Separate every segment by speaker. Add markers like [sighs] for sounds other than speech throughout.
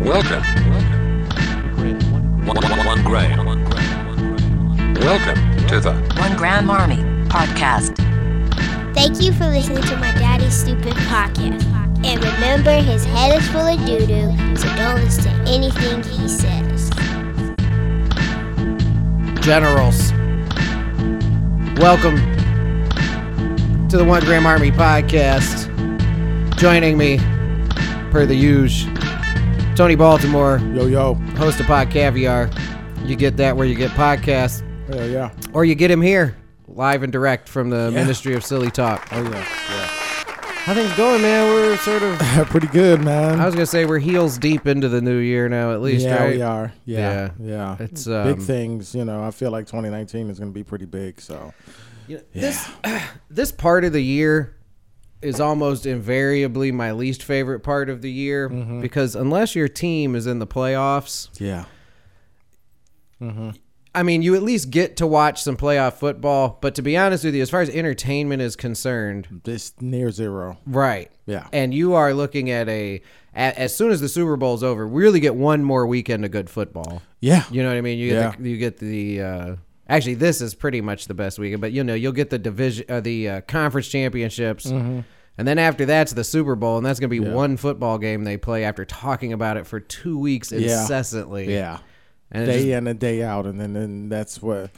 Speaker 1: Welcome. One, one, one grain. Welcome to the
Speaker 2: One Gram Army Podcast.
Speaker 3: Thank you for listening to my daddy's stupid podcast. And remember, his head is full of doo doo, so don't listen to anything he says.
Speaker 4: generals. Welcome to the One Gram Army podcast. Joining me, per the huge, Tony Baltimore,
Speaker 5: Yo, yo.
Speaker 4: host of Pod Caviar. You get that where you get podcasts,
Speaker 5: Hell yeah.
Speaker 4: or you get him here, live and direct from the Ministry of Silly Talk.
Speaker 5: Oh, yeah.
Speaker 4: How things going, man? We're sort of,
Speaker 5: yeah. [laughs] Pretty good, man.
Speaker 4: I was gonna say, we're heels deep into the new year now, at least,
Speaker 5: yeah,
Speaker 4: right?
Speaker 5: we are. Yeah. Yeah.
Speaker 4: It's, um,
Speaker 5: big things. You know, I feel like 2019 is going to be pretty big. So,
Speaker 4: This [clears throat] this part of the year is almost invariably my least favorite part of the year because unless your team is in the playoffs,
Speaker 5: yeah.
Speaker 4: I mean, you at least get to watch some playoff football. But to be honest with you, as far as entertainment is concerned,
Speaker 5: This near zero.
Speaker 4: right?
Speaker 5: Yeah.
Speaker 4: And you are looking at a a- as soon as the Super Bowl's over, we really get one more weekend of good football.
Speaker 5: Yeah.
Speaker 4: You know what I mean? You get
Speaker 5: Yeah.
Speaker 4: the, you get the uh, actually this is pretty much the best weekend, but you know you'll get the division uh, the uh, conference championships,
Speaker 5: Mm-hmm.
Speaker 4: and then after that's the Super Bowl, and that's gonna be one football game they play after talking about it for two weeks
Speaker 5: Yeah.
Speaker 4: incessantly.
Speaker 5: yeah. uh,
Speaker 4: and it
Speaker 5: Day
Speaker 4: just-
Speaker 5: in and day out. And then, then that's what,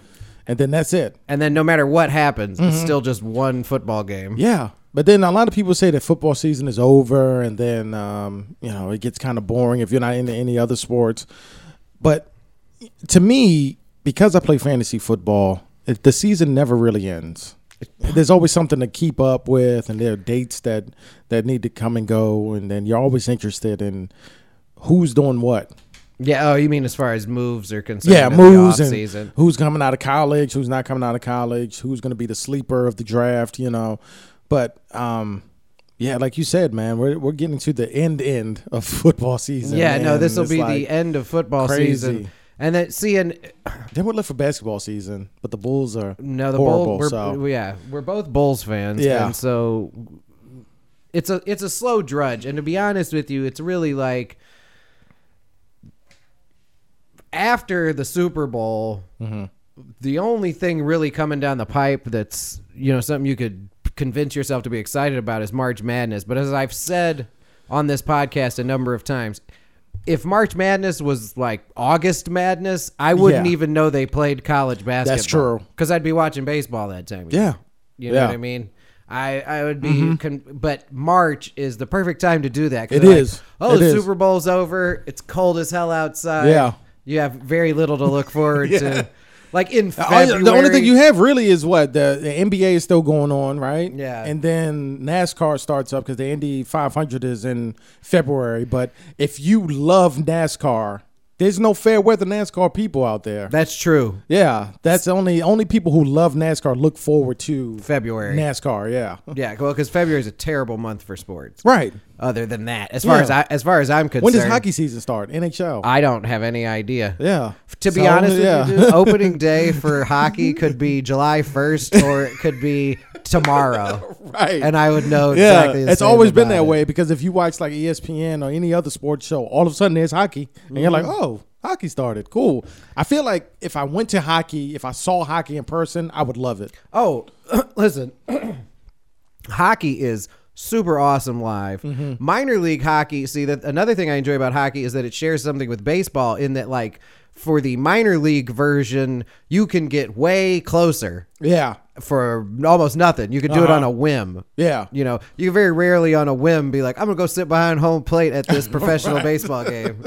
Speaker 5: and then that's it.
Speaker 4: and then no matter what happens, it's still just one football game.
Speaker 5: Mm-hmm. Yeah. But then a lot of people say that football season is over and then, um, you know, it gets kind of boring if you're not into any other sports. But to me, because I play fantasy football, it, the season never really ends. There's always something to keep up with, and there are dates that, that need to come and go. And then you're always interested in who's doing what.
Speaker 4: Yeah. Oh, you mean as far as moves are concerned?
Speaker 5: Yeah,
Speaker 4: in the
Speaker 5: moves and
Speaker 4: offseason?
Speaker 5: who's coming out of college, who's not coming out of college, who's going to be the sleeper of the draft, you know. But um, yeah, like you said, man, we're we're getting to the end end of [laughs] football season.
Speaker 4: Yeah. No,
Speaker 5: man.
Speaker 4: this will
Speaker 5: It's
Speaker 4: be
Speaker 5: like-
Speaker 4: the end of football
Speaker 5: crazy.
Speaker 4: season. And then see, and
Speaker 5: Then we're left for basketball season, but the Bulls are
Speaker 4: No, the
Speaker 5: horrible.
Speaker 4: Bulls. We're,
Speaker 5: so
Speaker 4: Yeah, we're both Bulls fans.
Speaker 5: Yeah.
Speaker 4: and so it's a it's a slow drudge. And to be honest with you, it's really like after the Super Bowl,
Speaker 5: Mm-hmm.
Speaker 4: the only thing really coming down the pipe that's you know something you could convince yourself to be excited about is March Madness. But as I've said on this podcast a number of times. If March Madness was like August Madness, I wouldn't
Speaker 5: Yeah.
Speaker 4: even know they played college basketball basketball.
Speaker 5: true.
Speaker 4: Because I'd be watching baseball that time. of
Speaker 5: Yeah.
Speaker 4: year. You know
Speaker 5: Yeah. Mm-hmm.
Speaker 4: what I mean? I, I would be, con- but March is the perfect time to do that. 'cause
Speaker 5: It
Speaker 4: they're like,
Speaker 5: is.
Speaker 4: oh,
Speaker 5: It
Speaker 4: the
Speaker 5: is.
Speaker 4: Super Bowl's over. It's cold as hell outside.
Speaker 5: Yeah.
Speaker 4: You have very little to look
Speaker 5: [laughs]
Speaker 4: forward to. Like in
Speaker 5: All
Speaker 4: February.
Speaker 5: you- the only thing you have really is what the, the NBA is still going on, right?
Speaker 4: Yeah.
Speaker 5: And then NASCAR starts up because the Indy 500 is in February. But if you love NASCAR, there's no fair weather NASCAR people out there.
Speaker 4: That's true.
Speaker 5: yeah, that's the only only people who love NASCAR look forward to
Speaker 4: February.
Speaker 5: NASCAR. Yeah,
Speaker 4: Yeah, well, because February is a terrible month for sports.
Speaker 5: right.
Speaker 4: Other than that, as far
Speaker 5: Yeah.
Speaker 4: as I, as far as I'm concerned,
Speaker 5: When does hockey season start? NHL.
Speaker 4: I don't have any idea.
Speaker 5: yeah.
Speaker 4: To be
Speaker 5: So,
Speaker 4: honest
Speaker 5: yeah.
Speaker 4: with you, dude, opening day for hockey could be July 1st or it could be tomorrow.
Speaker 5: [laughs] [laughs] right.
Speaker 4: And I would know
Speaker 5: yeah,
Speaker 4: Oh, exactly the
Speaker 5: it's
Speaker 4: same
Speaker 5: always been
Speaker 4: about
Speaker 5: that
Speaker 4: it.
Speaker 5: way because if you watch like E ESPN or any other sports show, all of a sudden there's hockey, and you're like,
Speaker 4: Mm-hmm.
Speaker 5: oh, hockey started, cool. I feel like if I went to hockey, if I saw hockey in person, I would love it.
Speaker 4: Oh, [clears throat] listen. hockey is super awesome live.
Speaker 5: Mm-hmm.
Speaker 4: Minor league hockey, see that another thing I enjoy about hockey is that it shares something with baseball in that like for the minor league version, you can get way closer
Speaker 5: Yeah,
Speaker 4: for almost nothing. You can do it on a whim.
Speaker 5: Uh-huh. yeah,
Speaker 4: You know, you very rarely on a whim be like, I'm gonna go sit behind home plate at
Speaker 5: [laughs]
Speaker 4: this professional baseball game.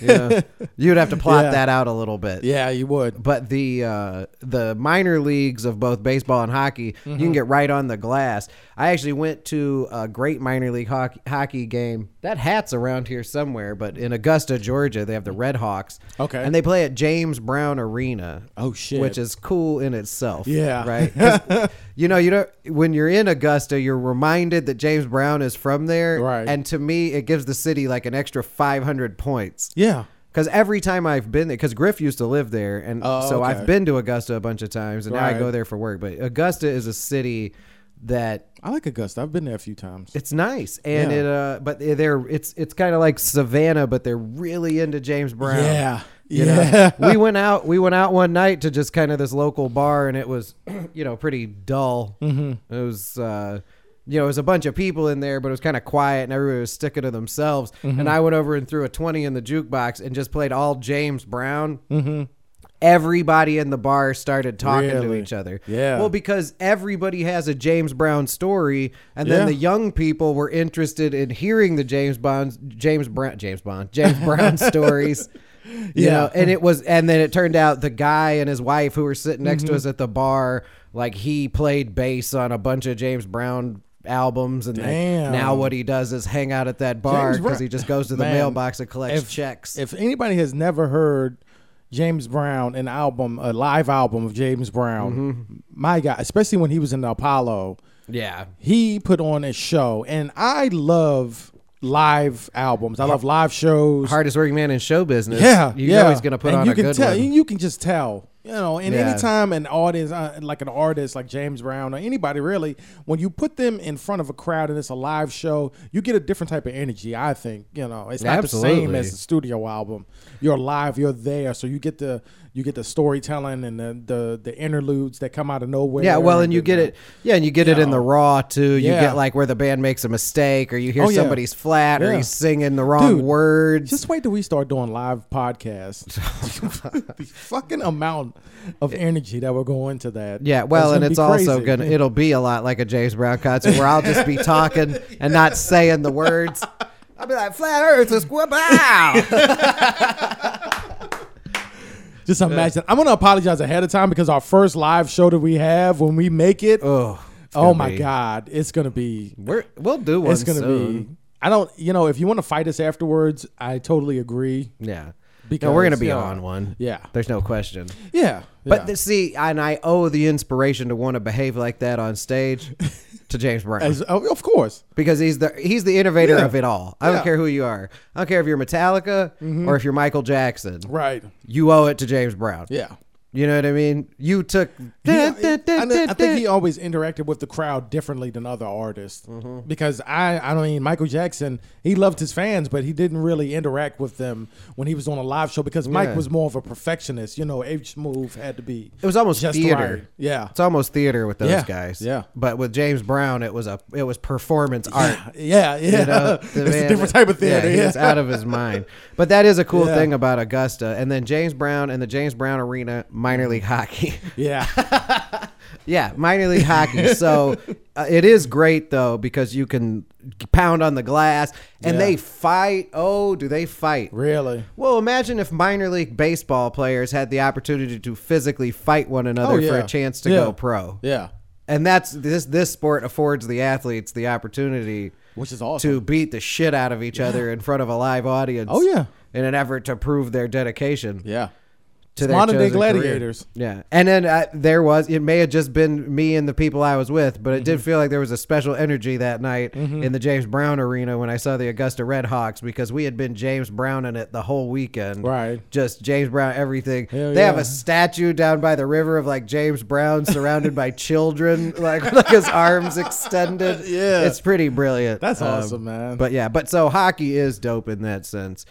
Speaker 4: You know, you'd have to plot
Speaker 5: Yeah.
Speaker 4: that out a little bit.
Speaker 5: yeah. You would.
Speaker 4: But the uh, the minor leagues of both baseball and hockey, you
Speaker 5: Mm-hmm.
Speaker 4: can get right on the glass. I actually went to a great minor league hockey, hockey game. That hat's around here somewhere, but in Augusta, Georgia, they have the Red Hawks.
Speaker 5: Okay.
Speaker 4: and they play at James Brown Arena.
Speaker 5: Oh, shit.
Speaker 4: Which is cool in itself.
Speaker 5: Yeah.
Speaker 4: right.
Speaker 5: [laughs]
Speaker 4: 'Cause, you know, you don't when you're in Augusta, you're reminded that James Brown is from there.
Speaker 5: Right.
Speaker 4: and to me, it gives the city like an extra 500 points.
Speaker 5: Yeah,
Speaker 4: Because every time I've been there, because Griff used to live there, and
Speaker 5: Oh,
Speaker 4: so
Speaker 5: okay.
Speaker 4: I've been to Augusta a bunch of times, and now I
Speaker 5: Right.
Speaker 4: go there for work. But Augusta is a city that
Speaker 5: I like Augusta. I've been there a few times.
Speaker 4: it's nice and
Speaker 5: Yeah.
Speaker 4: it uh but they're it's it's kind of like Savannah but they're really into James Brown.
Speaker 5: Yeah.
Speaker 4: You
Speaker 5: [laughs]
Speaker 4: know?
Speaker 5: yeah.
Speaker 4: we went out we went out one night to just kind of this local bar and it was [clears throat] you know pretty dull. Mm-hmm. It was uh you know, it was a bunch of people in there, but it was kind of quiet and everybody was sticking to themselves.
Speaker 5: Mm-hmm.
Speaker 4: And I went over and threw a 20 in the jukebox and just played all James Brown. Mm-hmm. Everybody in the bar started talking to
Speaker 5: Really?
Speaker 4: each other.
Speaker 5: Yeah.
Speaker 4: Well, because everybody has a James Brown story, and then
Speaker 5: Yeah.
Speaker 4: the young people were interested in hearing the James Bond, James Brown, James Bond, James
Speaker 5: [laughs]
Speaker 4: Brown stories. You
Speaker 5: Yeah.
Speaker 4: know, and it was, and then it turned out the guy and his wife who were sitting next
Speaker 5: Mm-hmm.
Speaker 4: to us at the bar, like he played bass on a bunch of James Brown albums, and like,
Speaker 5: Damn.
Speaker 4: now what he does is hang out at that bar
Speaker 5: James Brown-
Speaker 4: because he just goes to the
Speaker 5: Man,
Speaker 4: mailbox and collects
Speaker 5: if-
Speaker 4: checks.
Speaker 5: If anybody has never heard James Brown, an album, a live album of James Brown,
Speaker 4: Mm-hmm.
Speaker 5: my God, especially when he was in the Apollo,
Speaker 4: yeah,
Speaker 5: he put on a show. And I love live albums. I love live shows.
Speaker 4: hardest working man in show business.
Speaker 5: yeah,
Speaker 4: you
Speaker 5: yeah.
Speaker 4: know he's gonna put
Speaker 5: and
Speaker 4: on
Speaker 5: you
Speaker 4: a
Speaker 5: can
Speaker 4: good
Speaker 5: tell,
Speaker 4: one.
Speaker 5: You can just tell. You know, and
Speaker 4: Yeah.
Speaker 5: anytime an audience, uh, like an artist like James Brown or anybody really, when you put them in front of a crowd and it's a live show, you get a different type of energy, I think. You know, it's not the same
Speaker 4: Absolutely.
Speaker 5: as a studio album. You're live, you're there, so you get the you get the storytelling and the the, the interludes that come out of nowhere.
Speaker 4: Yeah, well, and you
Speaker 5: the-
Speaker 4: get it. Yeah, and you get it in the raw too. You
Speaker 5: Yeah.
Speaker 4: get like where the band makes a mistake, or you hear
Speaker 5: Oh, yeah.
Speaker 4: somebody's flat, or
Speaker 5: Yeah.
Speaker 4: he's singing the wrong
Speaker 5: Dude,
Speaker 4: words.
Speaker 5: Just wait till we start doing live
Speaker 4: [laughs]
Speaker 5: podcasts. [laughs] the fucking amount of energy that will go into that.
Speaker 4: yeah,
Speaker 5: That's
Speaker 4: well, and
Speaker 5: gonna
Speaker 4: it's
Speaker 5: be
Speaker 4: also
Speaker 5: crazy.
Speaker 4: gonna it'll be a lot like a James Brown concert where I'll just be
Speaker 5: [laughs]
Speaker 4: talking and not saying the words. I'll be like, "Flat Earth is
Speaker 5: [laughs]
Speaker 4: wow."
Speaker 5: Just imagine. I'm gonna apologize ahead of time because our first live show that we have when we make it.
Speaker 4: oh, it's
Speaker 5: oh
Speaker 4: gonna
Speaker 5: my
Speaker 4: be-
Speaker 5: god, it's gonna be.
Speaker 4: We're, we'll do one
Speaker 5: It's gonna
Speaker 4: soon.
Speaker 5: be. I don't. You know, if you want to fight us afterwards, I totally agree.
Speaker 4: Yeah, because
Speaker 5: Because,
Speaker 4: we're gonna be
Speaker 5: yeah.
Speaker 4: on one.
Speaker 5: Yeah.
Speaker 4: there's no question.
Speaker 5: Yeah,
Speaker 4: But
Speaker 5: yeah.
Speaker 4: the, see, and I owe the inspiration to want to behave like that on
Speaker 5: [laughs]
Speaker 4: stage to James Brown.
Speaker 5: As- oh, of course.
Speaker 4: because he's the he's the innovator
Speaker 5: Yeah.
Speaker 4: of it all. I
Speaker 5: Yeah. Mm-hmm.
Speaker 4: don't care who you are. I don't care if you're Metallica or if you're Michael Jackson.
Speaker 5: Right.
Speaker 4: You owe it to James Brown.
Speaker 5: Yeah.
Speaker 4: You know what I mean? You took.
Speaker 5: He- I, I think he always interacted with the crowd differently than other artists
Speaker 4: Mm-hmm.
Speaker 5: because I, I don't mean Michael Jackson. He loved his fans, but he didn't really interact with them when he was on a live show because Mike
Speaker 4: Yeah.
Speaker 5: was more of a perfectionist. You know, each move had to be.
Speaker 4: It was almost
Speaker 5: just
Speaker 4: theater.
Speaker 5: right. Yeah,
Speaker 4: It's almost theater with those
Speaker 5: Yeah.
Speaker 4: guys.
Speaker 5: Yeah.
Speaker 4: But with James Brown, it was a it was performance art.
Speaker 5: [laughs] yeah, yeah.
Speaker 4: You
Speaker 5: [laughs]
Speaker 4: know,
Speaker 5: it's
Speaker 4: the
Speaker 5: a
Speaker 4: man-
Speaker 5: different type of theater.
Speaker 4: Yeah,
Speaker 5: Yeah,
Speaker 4: he's out of his mind. But that is a cool
Speaker 5: Yeah.
Speaker 4: thing about Augusta. And then James Brown and the James Brown Arena minor league hockey.
Speaker 5: [laughs]
Speaker 4: [laughs]
Speaker 5: yeah.
Speaker 4: Yeah, minor league hockey.
Speaker 5: [laughs]
Speaker 4: So uh, it is great though because you can pound on the glass and
Speaker 5: Yeah.
Speaker 4: they fight. Oh, do they fight?
Speaker 5: really.
Speaker 4: Well, imagine if minor league baseball players had the opportunity to physically fight one another
Speaker 5: Oh, yeah.
Speaker 4: for a chance to
Speaker 5: Yeah.
Speaker 4: go pro.
Speaker 5: Yeah,
Speaker 4: And that's this this sport affords the athletes the opportunity
Speaker 5: which is awesome.
Speaker 4: to beat the shit out of each other in front of a live audience.
Speaker 5: Oh, yeah.
Speaker 4: In an effort to prove their dedication
Speaker 5: yeah,
Speaker 4: to
Speaker 5: It's
Speaker 4: their
Speaker 5: modern day
Speaker 4: chosen career.
Speaker 5: gladiators.
Speaker 4: Yeah, and then uh, there was it may have just been me and the people I was with, but it
Speaker 5: Mm-hmm.
Speaker 4: did feel like there was a special energy that night in the James Brown Arena when I saw the Augusta Redhawks because we had been James Brown in it the whole weekend.
Speaker 5: Right.
Speaker 4: just James Brown everything.
Speaker 5: Hell
Speaker 4: they have
Speaker 5: yeah.
Speaker 4: a statue down by the river of like James Brown surrounded by children, [laughs] like like his arms extended.
Speaker 5: [laughs] Yeah.
Speaker 4: it's pretty brilliant.
Speaker 5: That's awesome, man.
Speaker 4: Um,
Speaker 5: Mm-hmm.
Speaker 4: But yeah, but so hockey is dope in that sense.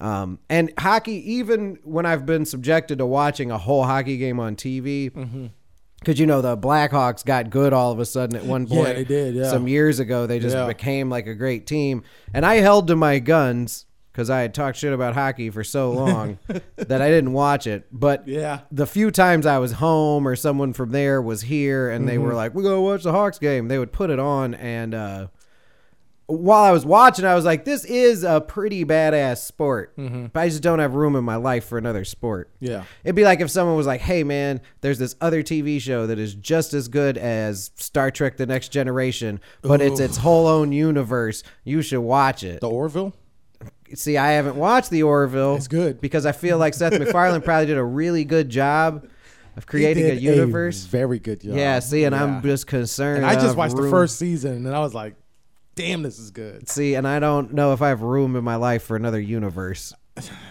Speaker 4: Um, and hockey, even when I've been subjected to watching a whole hockey game on TV, because
Speaker 5: Mm-hmm.
Speaker 4: you know the Blackhawks got good all of a sudden at one
Speaker 5: Yeah,
Speaker 4: point.
Speaker 5: they did, yeah.
Speaker 4: some years ago, they just
Speaker 5: Yeah.
Speaker 4: became like a great team. And I held to my guns because I had talked shit about hockey for so
Speaker 5: [laughs]
Speaker 4: long that I didn't watch it. But
Speaker 5: Yeah.
Speaker 4: the few times I was home or someone from there was here and
Speaker 5: Mm-hmm.
Speaker 4: they were like, "We're gonna watch the Hawks game," they would put it on and. uh while I was watching, I was like, this is a pretty badass sport. But I just don't have room in my life for another sport.
Speaker 5: Mm-hmm. Yeah.
Speaker 4: It'd be like if someone was like, hey, man, there's this other TV show that is just as good as Star Trek The Next Generation, but it's its whole own universe. You should watch it.
Speaker 5: the Orville.
Speaker 4: See, I haven't watched The Orville.
Speaker 5: It's good.
Speaker 4: Because I feel like Seth MacFarlane probably did a really good job of creating a
Speaker 5: did
Speaker 4: universe.
Speaker 5: very good job.
Speaker 4: yeah, see, and I'm
Speaker 5: Yeah.
Speaker 4: just concerned.
Speaker 5: And I just
Speaker 4: of
Speaker 5: watched the
Speaker 4: room-
Speaker 5: first season and I was like, damn, this is good.
Speaker 4: See, and I don't know if I have room in my life for another universe.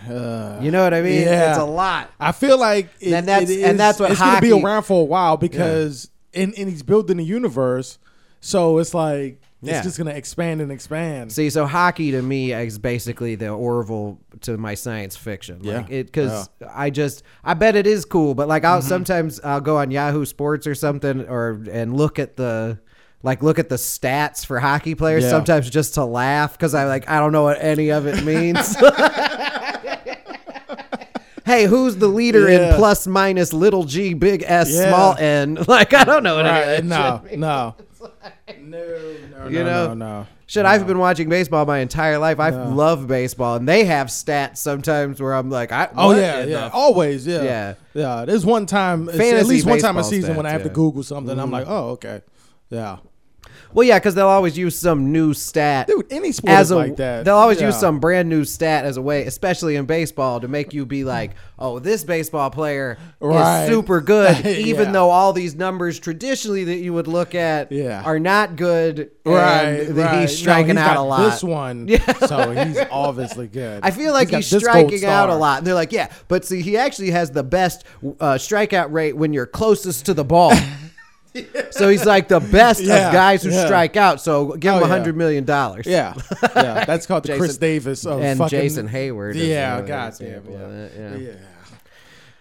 Speaker 4: you know what I mean?
Speaker 5: yeah.
Speaker 4: It's a lot.
Speaker 5: I feel like it,
Speaker 4: And that's-
Speaker 5: it is-
Speaker 4: and that's what
Speaker 5: it's going to be
Speaker 4: hockey-
Speaker 5: around for a while because and, and he's building a universe. So it's like
Speaker 4: Yeah.
Speaker 5: it's just gonna expand and expand.
Speaker 4: See, so hockey to me is basically the Orville to my science fiction. Like
Speaker 5: Yeah. Mm-hmm.
Speaker 4: it because I just I bet it is cool, but like I'll sometimes I'll go on Yahoo Sports or something or and look at the like look at the stats for hockey players
Speaker 5: Yeah.
Speaker 4: sometimes just to laugh because I like I don't know what any of it
Speaker 5: [laughs]
Speaker 4: means. [laughs] hey, who's the leader in
Speaker 5: Yeah.
Speaker 4: plus minus little g big s
Speaker 5: Yeah.
Speaker 4: small n? [laughs] Like I don't know what any
Speaker 5: Right,
Speaker 4: of that shit
Speaker 5: no,
Speaker 4: [laughs]
Speaker 5: no. No, no,
Speaker 4: You
Speaker 5: no,
Speaker 4: know?
Speaker 5: no, no.
Speaker 4: Shit, I've been watching baseball my entire life. I love baseball, and they have stats sometimes where I'm like, I
Speaker 5: Oh
Speaker 4: what
Speaker 5: yeah,
Speaker 4: in
Speaker 5: yeah,
Speaker 4: the-
Speaker 5: always, yeah,
Speaker 4: Yeah.
Speaker 5: yeah. There's one time, it's at
Speaker 4: Fantasy
Speaker 5: least one time a
Speaker 4: baseball
Speaker 5: season when I
Speaker 4: stats,
Speaker 5: have to
Speaker 4: yeah. Mm-hmm.
Speaker 5: Google something, I'm like, oh, okay, yeah,
Speaker 4: Well, yeah, because they'll always use some new stat.
Speaker 5: dude. Any sport
Speaker 4: as
Speaker 5: is
Speaker 4: a,
Speaker 5: like that,
Speaker 4: they'll always
Speaker 5: Yeah.
Speaker 4: use some brand new stat as a way, especially in baseball, to make you be like, "Oh, this baseball player
Speaker 5: Right.
Speaker 4: is super good,"
Speaker 5: [laughs] Yeah.
Speaker 4: even though all these numbers traditionally that you would look at
Speaker 5: Yeah.
Speaker 4: are not good. and
Speaker 5: Right,
Speaker 4: that
Speaker 5: right.
Speaker 4: he's striking
Speaker 5: No, he's
Speaker 4: out
Speaker 5: got
Speaker 4: a lot.
Speaker 5: This one, so he's obviously good.
Speaker 4: I feel like
Speaker 5: got
Speaker 4: he's,
Speaker 5: this gold
Speaker 4: striking out a
Speaker 5: star.
Speaker 4: lot. And they're like, yeah, but see, he actually has the best uh, strikeout rate when you're closest to the
Speaker 5: [laughs]
Speaker 4: ball. so he's like the best
Speaker 5: Yeah,
Speaker 4: of guys who
Speaker 5: yeah.
Speaker 4: strike out. So give
Speaker 5: Oh,
Speaker 4: him a
Speaker 5: yeah.
Speaker 4: hundred million dollars.
Speaker 5: Yeah, yeah. That's called the Chris
Speaker 4: Jason-
Speaker 5: Davis of
Speaker 4: and
Speaker 5: fucking,
Speaker 4: Jason Hayward. is
Speaker 5: Yeah,
Speaker 4: another
Speaker 5: goddamn.
Speaker 4: example
Speaker 5: Yeah.
Speaker 4: of that,
Speaker 5: Yeah.
Speaker 4: yeah.
Speaker 5: yeah.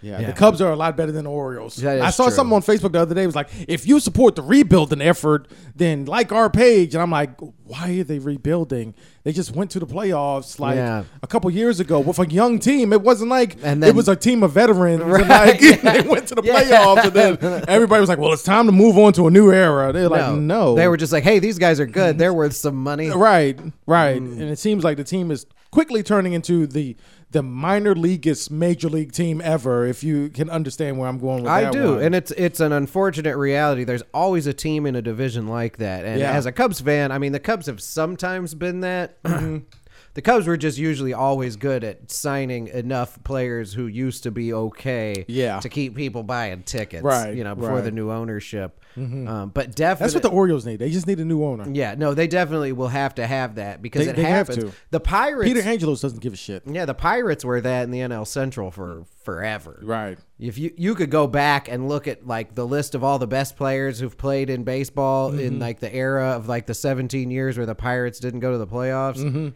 Speaker 4: Yeah.
Speaker 5: the Cubs are a lot better than the Orioles.
Speaker 4: That is
Speaker 5: I saw
Speaker 4: true.
Speaker 5: something on Facebook the other day. It was like, if you support the rebuilding effort, then like our page. And I'm like, why are they rebuilding? They just went to the playoffs like
Speaker 4: Yeah.
Speaker 5: a couple years ago with a young team. It wasn't like
Speaker 4: And
Speaker 5: it
Speaker 4: then-
Speaker 5: was a team of veterans. and, like, [laughs] they went to the
Speaker 4: Yeah.
Speaker 5: playoffs, and then everybody was like, well, it's time to move on to a new era. They're like, no,
Speaker 4: They were just like, hey, these guys are
Speaker 5: [laughs]
Speaker 4: good. They're worth some money.
Speaker 5: Right, right.
Speaker 4: Mm.
Speaker 5: And it seems like the team is quickly turning into the the minor leaguest major league team ever. If you can understand where I'm going with
Speaker 4: I
Speaker 5: that,
Speaker 4: do,
Speaker 5: one.
Speaker 4: and it's it's an unfortunate reality. There's always a team in a division like that, and
Speaker 5: Yeah.
Speaker 4: as a Cubs fan, I mean, the Cubs have sometimes been that. [clears throat]
Speaker 5: Mm-hmm.
Speaker 4: the Cubs were just usually always good at signing enough players who used to be okay,
Speaker 5: Yeah.
Speaker 4: to keep people buying tickets,
Speaker 5: Right,
Speaker 4: You know, before
Speaker 5: right. Mm-hmm.
Speaker 4: the new ownership. Um, but definitely,
Speaker 5: that's what the Orioles need. They just need a new owner.
Speaker 4: yeah, no, they definitely will have to have that because
Speaker 5: They-
Speaker 4: it
Speaker 5: they have
Speaker 4: happens.
Speaker 5: to.
Speaker 4: The Pirates,
Speaker 5: Peter Angelos doesn't give a shit.
Speaker 4: yeah, the Pirates were that in the NL Central for forever,
Speaker 5: Right.
Speaker 4: if you you could go back and look at like the list of all the best players who've played in baseball in
Speaker 5: Mm-hmm.
Speaker 4: like the era of like the 17 years where the Pirates didn't go to the playoffs.
Speaker 5: Mm-hmm.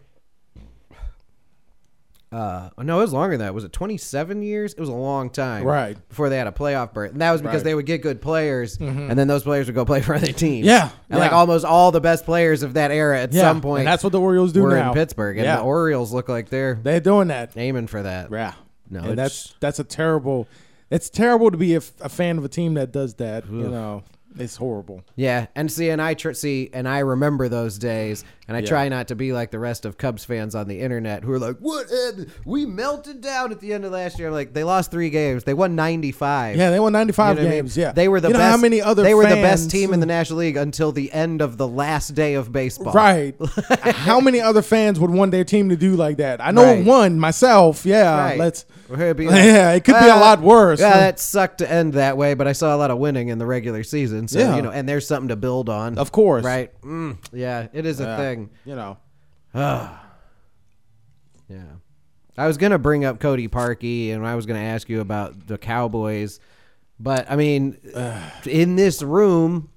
Speaker 4: Uh, no, it was longer than that. Was it 27 years? It was a long time.
Speaker 5: Right.
Speaker 4: Before they had a playoff berth. And that was because
Speaker 5: Right. Mm-hmm.
Speaker 4: they would get good players and then those players would go play for other teams.
Speaker 5: Yeah,
Speaker 4: And like
Speaker 5: yeah.
Speaker 4: almost all the best players of that era at
Speaker 5: Yeah,
Speaker 4: some point
Speaker 5: and that's what the Orioles do
Speaker 4: were
Speaker 5: now.
Speaker 4: in Pittsburgh. And
Speaker 5: Yeah.
Speaker 4: the Orioles look like they're
Speaker 5: They're doing that.
Speaker 4: aiming for that.
Speaker 5: Yeah.
Speaker 4: No,
Speaker 5: and
Speaker 4: it's-
Speaker 5: that's that's a terrible. It's terrible to be a, f- a fan of a team that does that. You know, it's horrible.
Speaker 4: Yeah, and see, and I tr- see, and I remember those days, and I try not to be like the rest of Cubs fans on the internet who are like, "What? happened? We melted down at the end of last year." I'm like, they lost three games, they won 95.
Speaker 5: Yeah, they won 95
Speaker 4: You know what I
Speaker 5: games.
Speaker 4: mean?
Speaker 5: Yeah,
Speaker 4: they were the
Speaker 5: You know
Speaker 4: best.
Speaker 5: How many other
Speaker 4: they were the best
Speaker 5: fans-
Speaker 4: team in the National League until the end of the last day of baseball.
Speaker 5: Right.
Speaker 4: [laughs]
Speaker 5: How many other fans would want their team to do like that? I know
Speaker 4: Right.
Speaker 5: one myself. Yeah,
Speaker 4: Right.
Speaker 5: Uh, let's.
Speaker 4: Where it'd be like,
Speaker 5: [laughs] yeah, it could be a
Speaker 4: "Ah,
Speaker 5: lot worse.
Speaker 4: Yeah, that sucked to end that way, but I saw a lot of winning in the regular season. So
Speaker 5: Yeah.
Speaker 4: you know, and there's something to build on.
Speaker 5: Of course.
Speaker 4: right? Mm, yeah, it is a
Speaker 5: Yeah.
Speaker 4: thing.
Speaker 5: You know.
Speaker 4: Yeah. I was going to bring up Cody Parkey and I was going to ask you about the Cowboys. But, I mean, in this room,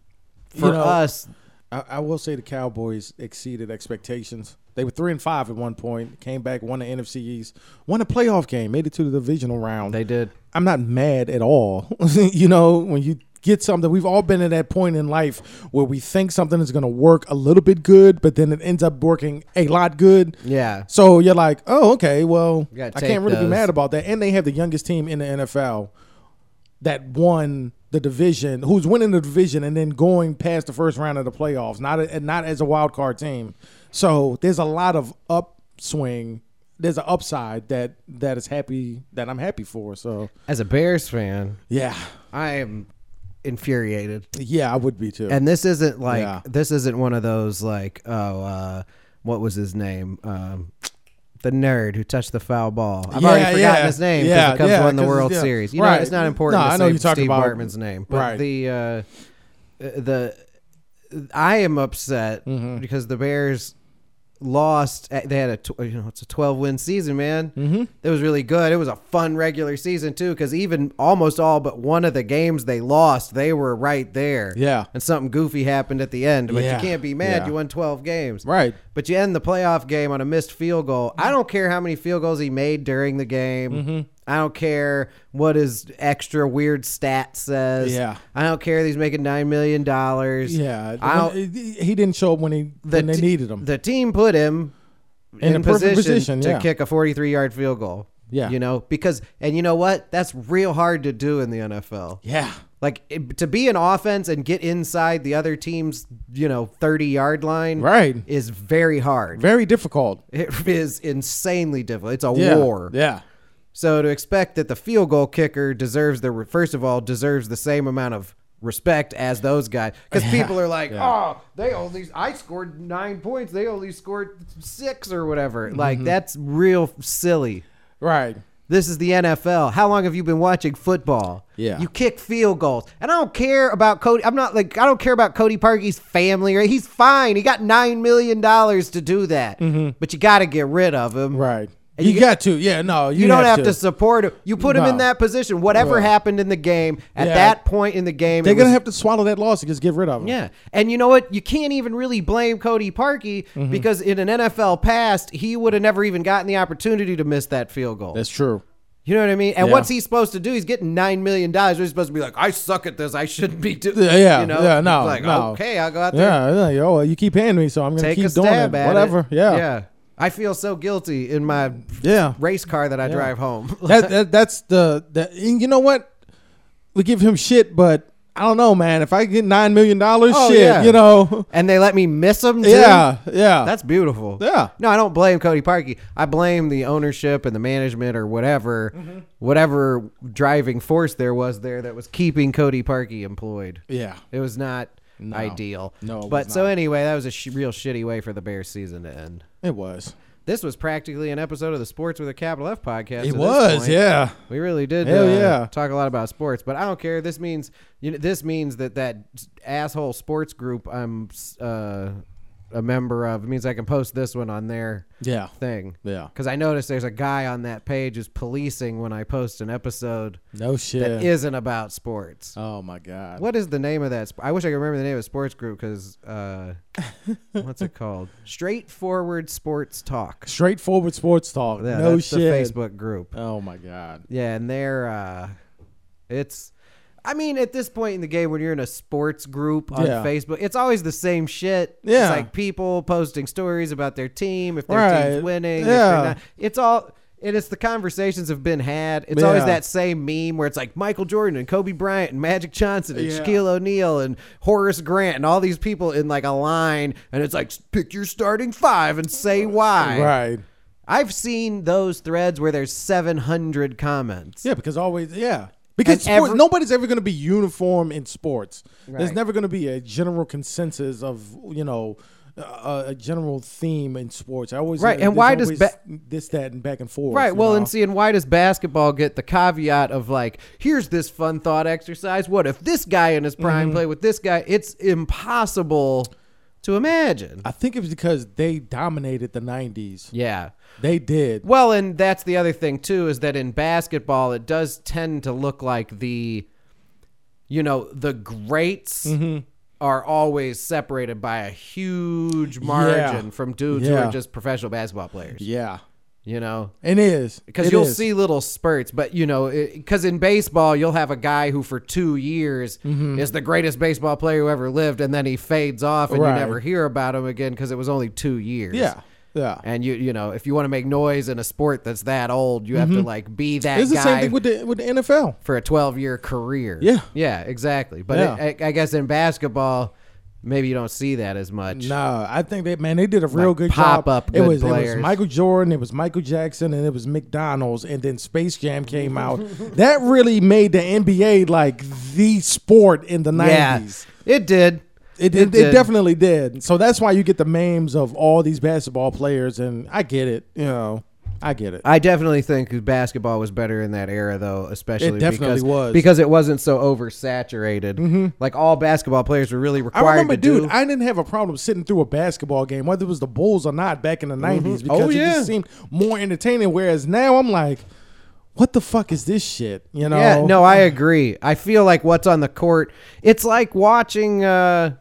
Speaker 4: for
Speaker 5: You know-
Speaker 4: us,
Speaker 5: I, I will say the Cowboys exceeded expectations. They were three and five at one point. Came back, won the NFC East, won a playoff game, made it to the divisional round.
Speaker 4: they did.
Speaker 5: I'm not mad at all. [laughs] you know, when you get something, we've all been at that point in life where we think something is going to work a little bit good, but then it ends up working a lot good.
Speaker 4: Yeah.
Speaker 5: So you're like, oh, okay, well,
Speaker 4: You
Speaker 5: I
Speaker 4: gotta
Speaker 5: can't
Speaker 4: take
Speaker 5: really be
Speaker 4: those.
Speaker 5: mad about that. And they have the youngest team in the NFL that won the division, who's winning the division and then going past the first round of the playoffs, not and not as a wild card team. So there's a lot of upswing. There's an upside that that is happy that I'm happy for. So
Speaker 4: As a Bears fan,
Speaker 5: yeah,
Speaker 4: I am infuriated.
Speaker 5: yeah, I would be too.
Speaker 4: And this isn't like,
Speaker 5: Yeah.
Speaker 4: this isn't one of those, like, oh, uh, what was his name? Um, the nerd who touched the foul ball. I've already
Speaker 5: Yeah,
Speaker 4: forgotten
Speaker 5: yeah.
Speaker 4: his name because
Speaker 5: Yeah,
Speaker 4: the Cubs
Speaker 5: yeah,
Speaker 4: won the
Speaker 5: 'cause,
Speaker 4: World
Speaker 5: yeah.
Speaker 4: Series. You
Speaker 5: Right.
Speaker 4: know, it's not important
Speaker 5: No,
Speaker 4: to
Speaker 5: I know
Speaker 4: say
Speaker 5: you're talking
Speaker 4: Steve
Speaker 5: about-
Speaker 4: Bartman's name, but
Speaker 5: Right.
Speaker 4: the uh,
Speaker 5: Mm-hmm.
Speaker 4: the I am upset because the Bears lost. They had a tw- you know it's a twelve win season, man. Mm-hmm. It was really good. It was a fun regular season too, because even almost all but one of the games they lost, they were right there.
Speaker 5: Yeah.
Speaker 4: and something goofy happened at the end, but
Speaker 5: Yeah.
Speaker 4: you can't be mad.
Speaker 5: Yeah.
Speaker 4: You won twelve games,
Speaker 5: Right.
Speaker 4: But you end the playoff game on a missed field goal. I don't care how many field goals he made during the game.
Speaker 5: Mm-hmm.
Speaker 4: I don't care what his extra weird stat says.
Speaker 5: Yeah.
Speaker 4: I don't care that he's making nine million dollars.
Speaker 5: Yeah,
Speaker 4: I don't,
Speaker 5: when- he didn't show up when he when they
Speaker 4: te-
Speaker 5: needed him.
Speaker 4: The team put him in,
Speaker 5: the
Speaker 4: a
Speaker 5: perfect
Speaker 4: position,
Speaker 5: position,
Speaker 4: to
Speaker 5: yeah.
Speaker 4: kick a 43 yard field goal.
Speaker 5: Yeah.
Speaker 4: You know, because, and you know what? That's real hard to do in the NFL.
Speaker 5: yeah,
Speaker 4: Like it, to be an offense and get inside the other team's, you know, 30 yard line
Speaker 5: Right.
Speaker 4: is very hard.
Speaker 5: very difficult.
Speaker 4: It is insanely difficult. It's a
Speaker 5: Yeah,
Speaker 4: war.
Speaker 5: Yeah,
Speaker 4: So to expect that the field goal kicker deserves the first of all deserves the same amount of respect as those guys because people are like, oh, they only I scored nine points, they only scored six or whatever.
Speaker 5: Mm-hmm.
Speaker 4: Like that's real silly.
Speaker 5: right.
Speaker 4: This is the NFL. How long have you been watching football?
Speaker 5: Yeah.
Speaker 4: You kick field goals. And I don't care about Cody. I'm not like, I don't care about Cody Parkey's family. Right? He's fine. He got $9 million to do that. But you got to get rid of him.
Speaker 5: Mm-hmm. Right.
Speaker 4: And
Speaker 5: you,
Speaker 4: you
Speaker 5: got to. Yeah, no, you,
Speaker 4: You, don't have to. support him. You put him in
Speaker 5: No.
Speaker 4: that position. Whatever
Speaker 5: Right.
Speaker 4: happened in the game, at
Speaker 5: Yeah.
Speaker 4: that point in the game,
Speaker 5: They're
Speaker 4: it was-
Speaker 5: gonna have to swallow that loss and just get rid of him.
Speaker 4: Yeah. And you know what? You can't even really blame Cody Parkey
Speaker 5: Mm-hmm.
Speaker 4: because in an NFL past, he would have never even gotten the opportunity to miss that field goal.
Speaker 5: that's true.
Speaker 4: You know what I mean? And
Speaker 5: Yeah.
Speaker 4: what's he supposed to do? He's getting nine million dollars. He's supposed to be like, I suck at this. I shouldn't be doing.
Speaker 5: Yeah, yeah,
Speaker 4: you know?
Speaker 5: yeah, no,
Speaker 4: He's like,
Speaker 5: no.
Speaker 4: okay, I'll go out there,
Speaker 5: Yeah, yeah. yo, you keep paying me, so I'm gonna
Speaker 4: take
Speaker 5: keep
Speaker 4: a
Speaker 5: doing it.
Speaker 4: stab at
Speaker 5: Whatever.
Speaker 4: it.
Speaker 5: Yeah,
Speaker 4: yeah. I feel so guilty in my
Speaker 5: Yeah.
Speaker 4: race car that I drive home.
Speaker 5: [laughs] that, that that's the, the and you know what we give him shit but i don't know man if i get nine million dollars
Speaker 4: Oh,
Speaker 5: shit
Speaker 4: yeah.
Speaker 5: you know
Speaker 4: [laughs] [laughs] and they let me miss them. Too?
Speaker 5: yeah yeah
Speaker 4: that's beautiful.
Speaker 5: Yeah.
Speaker 4: No, I don't blame Cody Parkey. I blame the ownership and the management or whatever,
Speaker 5: Mm-hmm.
Speaker 4: whatever driving force there was there that was keeping Cody Parkey employed.
Speaker 5: yeah
Speaker 4: It was not ideal.
Speaker 5: No, it
Speaker 4: but
Speaker 5: was
Speaker 4: so
Speaker 5: not.
Speaker 4: anyway, that was a sh- real shitty way for the Bears season to end.
Speaker 5: it was
Speaker 4: This was practically an episode of the Sports with a Capital F podcast. at
Speaker 5: it
Speaker 4: this
Speaker 5: was
Speaker 4: point.
Speaker 5: yeah
Speaker 4: We really did.
Speaker 5: Hell
Speaker 4: uh,
Speaker 5: yeah.
Speaker 4: Talk a lot about sports, but I don't care. This means you know, this means that that asshole sports group I'm uh, a member of it means I can post this one on their
Speaker 5: Yeah.
Speaker 4: thing.
Speaker 5: Yeah.
Speaker 4: Because I noticed there's a guy on that page who's policing when I post an episode
Speaker 5: no
Speaker 4: that
Speaker 5: shit
Speaker 4: isn't about sports.
Speaker 5: oh my god
Speaker 4: What is the name of that? sp- I wish I could remember the name of the sports group because
Speaker 5: [laughs]
Speaker 4: uh, what's it called? Straightforward Sports Talk.
Speaker 5: straightforward sports talk
Speaker 4: Yeah,
Speaker 5: no
Speaker 4: that's
Speaker 5: shit
Speaker 4: the Facebook group.
Speaker 5: oh my god
Speaker 4: Yeah, and they're uh, it's. I mean, at this point in the game, when you're in a sports group on
Speaker 5: Yeah.
Speaker 4: Facebook, it's always the same shit.
Speaker 5: Yeah.
Speaker 4: it's like people posting stories about their team, if their
Speaker 5: Right.
Speaker 4: team's winning. if they're
Speaker 5: Yeah.
Speaker 4: not- it's all. And it's the conversations have been had. It's always
Speaker 5: Yeah.
Speaker 4: that same meme where it's like Michael Jordan and Kobe Bryant and Magic Johnson and
Speaker 5: Yeah.
Speaker 4: Shaquille O'Neal and Horace Grant and all these people in like a line, and it's like pick your starting five and say why.
Speaker 5: right
Speaker 4: I've seen those threads where there's 700 comments.
Speaker 5: yeah because always yeah because
Speaker 4: And
Speaker 5: sport-
Speaker 4: every-
Speaker 5: nobody's ever going to be uniform in sports. There's
Speaker 4: Right.
Speaker 5: never going to be a general consensus of you know a, a general theme in sports. I always
Speaker 4: Right,
Speaker 5: there's
Speaker 4: and why does
Speaker 5: always
Speaker 4: ba-
Speaker 5: this that and back and forth?
Speaker 4: Right.
Speaker 5: you
Speaker 4: Well,
Speaker 5: know?
Speaker 4: and see, and why does basketball get the caveat of like, here's this fun thought exercise? What if this guy in his prime
Speaker 5: Mm-hmm.
Speaker 4: played with this guy? It's impossible to imagine.
Speaker 5: I think it was because they dominated the '90s.
Speaker 4: Yeah.
Speaker 5: They did.
Speaker 4: Well, and that's the other thing too is that in basketball it does tend to look like the you know, the greats
Speaker 5: Mm-hmm.
Speaker 4: are always separated by a huge margin from dudes who
Speaker 5: Yeah.
Speaker 4: are just professional basketball players.
Speaker 5: Yeah,
Speaker 4: You know,
Speaker 5: it is
Speaker 4: because
Speaker 5: It
Speaker 4: you'll
Speaker 5: is.
Speaker 4: see little spurts, but you know, because in baseball, you'll have a guy who for two years
Speaker 5: Mm-hmm.
Speaker 4: is the greatest baseball player who ever lived, and then he fades off, and
Speaker 5: Right.
Speaker 4: you never hear about him again because it was only two years.
Speaker 5: Yeah, yeah.
Speaker 4: And you, you know, if you want to make noise in a sport that's that old, you have to like be that
Speaker 5: Mm-hmm. It's the
Speaker 4: guy
Speaker 5: same thing with the with the NFL.
Speaker 4: for a 12 year career.
Speaker 5: Yeah.
Speaker 4: yeah, exactly. But
Speaker 5: Yeah.
Speaker 4: it, I, I guess in basketball, maybe you don't see that as much.
Speaker 5: No, I think they man they did a real
Speaker 4: Like
Speaker 5: good job.
Speaker 4: pop-up
Speaker 5: it
Speaker 4: good
Speaker 5: was it
Speaker 4: players.
Speaker 5: was Michael Jordan, it was Michael Jackson, and it was McDonald's, and then Space Jam came out. [laughs] that really made the NBA like the sport in the
Speaker 4: yeah,
Speaker 5: nineties.
Speaker 4: it did.
Speaker 5: It, it, it
Speaker 4: did.
Speaker 5: definitely did. So that's why you get the names of all these basketball players, and I get it. You know, I get it.
Speaker 4: I definitely think basketball was better in that era, though, especially
Speaker 5: It definitely
Speaker 4: because,
Speaker 5: was. Mm-hmm.
Speaker 4: because it wasn't so oversaturated. Like all basketball players were really
Speaker 5: I
Speaker 4: required
Speaker 5: remember,
Speaker 4: to do.
Speaker 5: dude, I didn't have a problem sitting through a basketball game, whether it was the Bulls or not, back in the 90s, because
Speaker 4: Oh,
Speaker 5: it
Speaker 4: yeah.
Speaker 5: just seemed more entertaining. Whereas now I'm like, what the fuck is this shit? You know?
Speaker 4: Yeah, no, I agree. I feel like what's on the court, it's like watching. Uh,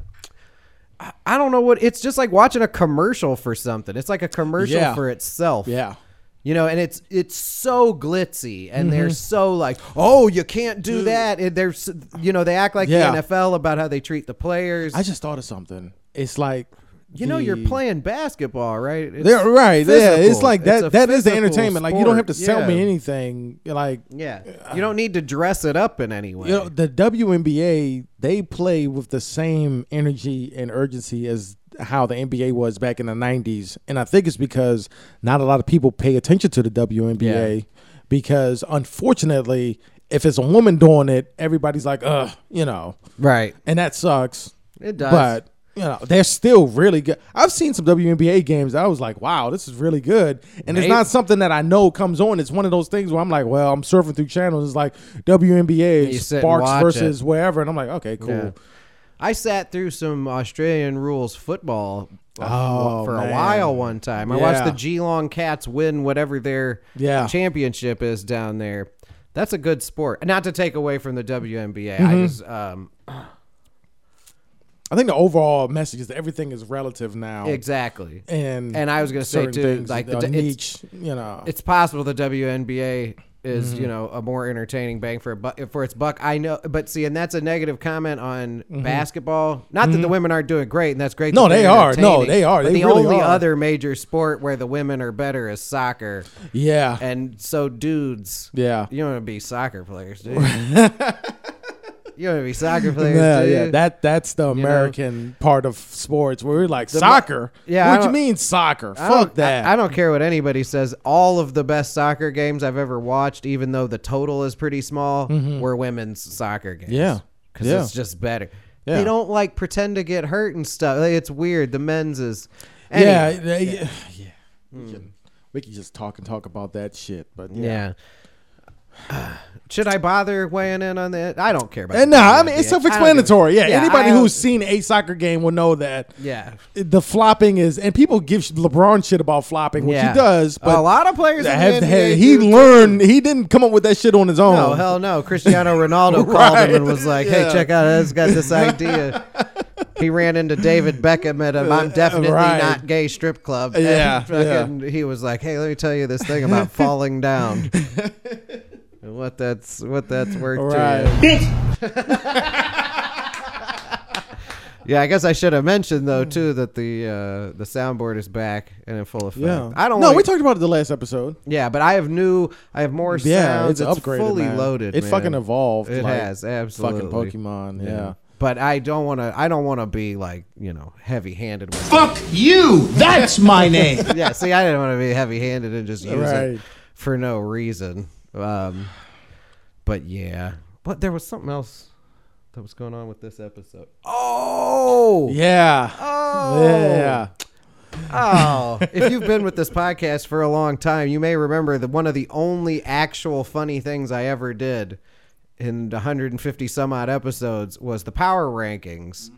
Speaker 4: I- I don't know what it's just like watching a commercial for something. It's like a commercial
Speaker 5: Yeah.
Speaker 4: for itself.
Speaker 5: Yeah.
Speaker 4: You know, and it's it's so glitzy, and
Speaker 5: Mm-hmm.
Speaker 4: they're so like, oh, you can't do that. And they're, s- you know, they act like
Speaker 5: Yeah.
Speaker 4: the NFL about how they treat the players.
Speaker 5: I just thought of something. It's like.
Speaker 4: you know, you're
Speaker 5: the-
Speaker 4: playing basketball, right? It's
Speaker 5: They're right. Yeah, it's
Speaker 4: physical.
Speaker 5: like that.
Speaker 4: a
Speaker 5: that is the
Speaker 4: physical
Speaker 5: entertainment. Like you don't have to
Speaker 4: sport.
Speaker 5: sell
Speaker 4: Yeah.
Speaker 5: me anything. Like
Speaker 4: Yeah, you don't need to dress it up in any way.
Speaker 5: you know, the WNBA they play with the same energy and urgency as how the NBA was back in the '90s, and I think it's because not a lot of people pay attention to the WNBA because unfortunately, if it's a woman doing it, everybody's like, ugh, you know,
Speaker 4: right?
Speaker 5: and that sucks.
Speaker 4: It does.
Speaker 5: But you know, they're still really good. I've seen some WNBA games. that I was like, wow, this is really good. And
Speaker 4: Maybe-
Speaker 5: it's not something that I know comes on. It's one of those things where I'm like, well, I'm surfing through channels. It's like WNBA
Speaker 4: You sit and watch
Speaker 5: Sparks versus
Speaker 4: it.
Speaker 5: wherever, and I'm like, okay, cool.
Speaker 4: Yeah. I sat through some Australian rules football uh,
Speaker 5: Oh,
Speaker 4: for a
Speaker 5: man.
Speaker 4: while one time. I watched
Speaker 5: Yeah.
Speaker 4: the Geelong Cats win whatever their
Speaker 5: Yeah.
Speaker 4: championship is down there. That's a good sport. Not to take away from the WNBA. I
Speaker 5: Mm-hmm.
Speaker 4: just um,
Speaker 5: I think the overall message is that everything is relative now.
Speaker 4: exactly.
Speaker 5: And
Speaker 4: And I was gonna say,
Speaker 5: certain
Speaker 4: too,
Speaker 5: things
Speaker 4: like, the-
Speaker 5: are
Speaker 4: it's-
Speaker 5: niche, you know,
Speaker 4: it's possible the WNBA is
Speaker 5: Mm-hmm.
Speaker 4: you know a more entertaining bang for a buck for its buck. I know, but see, and that's a negative comment on basketball. Not that the women aren't doing great, and that's great.
Speaker 5: Mm-hmm. No,
Speaker 4: that they're
Speaker 5: they are. No,
Speaker 4: entertaining,
Speaker 5: they are.
Speaker 4: But
Speaker 5: They
Speaker 4: the
Speaker 5: really
Speaker 4: only
Speaker 5: are.
Speaker 4: other major sport where the women are better is soccer,
Speaker 5: yeah,
Speaker 4: and so dudes,
Speaker 5: Yeah.
Speaker 4: you don't want to be soccer players,
Speaker 5: [laughs]
Speaker 4: dude. you want to be soccer players,
Speaker 5: yeah,
Speaker 4: dude.
Speaker 5: yeah. That that's the
Speaker 4: know?
Speaker 5: American part of sports where we're like soccer.
Speaker 4: Yeah, I
Speaker 5: what do you
Speaker 4: don't-
Speaker 5: mean soccer?
Speaker 4: I don't-
Speaker 5: Fuck that.
Speaker 4: I, I don't care what anybody says. All of the best soccer games I've ever watched, even though the total is pretty small, were women's soccer games.
Speaker 5: Mm-hmm. Yeah.
Speaker 4: Because
Speaker 5: Yeah.
Speaker 4: it's just better.
Speaker 5: Yeah.
Speaker 4: They don't like pretend to get hurt and stuff. Like, It's weird. The men's is.
Speaker 5: Yeah,
Speaker 4: Anyway.
Speaker 5: yeah, yeah. yeah. We, can, we can just talk and talk about that shit, but yeah.
Speaker 4: Yeah. [sighs] Should I bother weighing in on that? I don't care about
Speaker 5: And
Speaker 4: the
Speaker 5: no, Eh, I mean
Speaker 4: NBA.
Speaker 5: it's
Speaker 4: I don't give a-
Speaker 5: self-explanatory. Yeah, anybody
Speaker 4: I don't-
Speaker 5: who's seen a soccer game will know that.
Speaker 4: Yeah.
Speaker 5: the flopping is, and people give sh- LeBron shit about flopping, which
Speaker 4: Yeah.
Speaker 5: he does. But
Speaker 4: a lot of players in the NBA
Speaker 5: have, have- he
Speaker 4: do, too.
Speaker 5: learned he didn't come up with that shit on his own.
Speaker 4: No, hell no.
Speaker 5: [laughs]
Speaker 4: Cristiano Ronaldo called
Speaker 5: Right.
Speaker 4: him and was like, "Hey,
Speaker 5: Yeah.
Speaker 4: check out, I just got
Speaker 5: [laughs]
Speaker 4: this idea." he ran into David Beckham at a "I'm definitely
Speaker 5: Uh, right.
Speaker 4: not gay" strip club. and
Speaker 5: Yeah,
Speaker 4: fucking- he was like, "Hey, let me tell you this thing about [laughs] falling
Speaker 5: [laughs]
Speaker 4: down." And what that's what that's worth to
Speaker 5: right?
Speaker 4: you. [laughs] Yeah, I guess I should have mentioned though too that the uh, the soundboard is back and in full effect.
Speaker 5: Yeah,
Speaker 4: I don't.
Speaker 5: No,
Speaker 4: wanna-
Speaker 5: we talked about it the last episode.
Speaker 4: Yeah, but I have new. I have more
Speaker 5: Yeah,
Speaker 4: sounds.
Speaker 5: it's, upgraded,
Speaker 4: fully
Speaker 5: man.
Speaker 4: loaded.
Speaker 5: It
Speaker 4: man.
Speaker 5: fucking evolved.
Speaker 4: It
Speaker 5: like
Speaker 4: has absolutely
Speaker 5: Fucking Pokemon. yeah.
Speaker 4: But I don't want to. I don't want to be like you know heavy-handed with.
Speaker 1: Fuck you! That's my name!
Speaker 4: it. yeah. See, I didn't want to be heavy-handed and just use
Speaker 5: Right.
Speaker 4: it for no reason. Um, but yeah. But there was something else that was going on with this episode. Oh.
Speaker 5: Yeah.
Speaker 4: Oh.
Speaker 5: Yeah.
Speaker 4: Oh, [laughs] if you've been with this podcast for a long time, you may remember that one of the only actual funny things I ever did in 150 some odd episodes was the power rankings.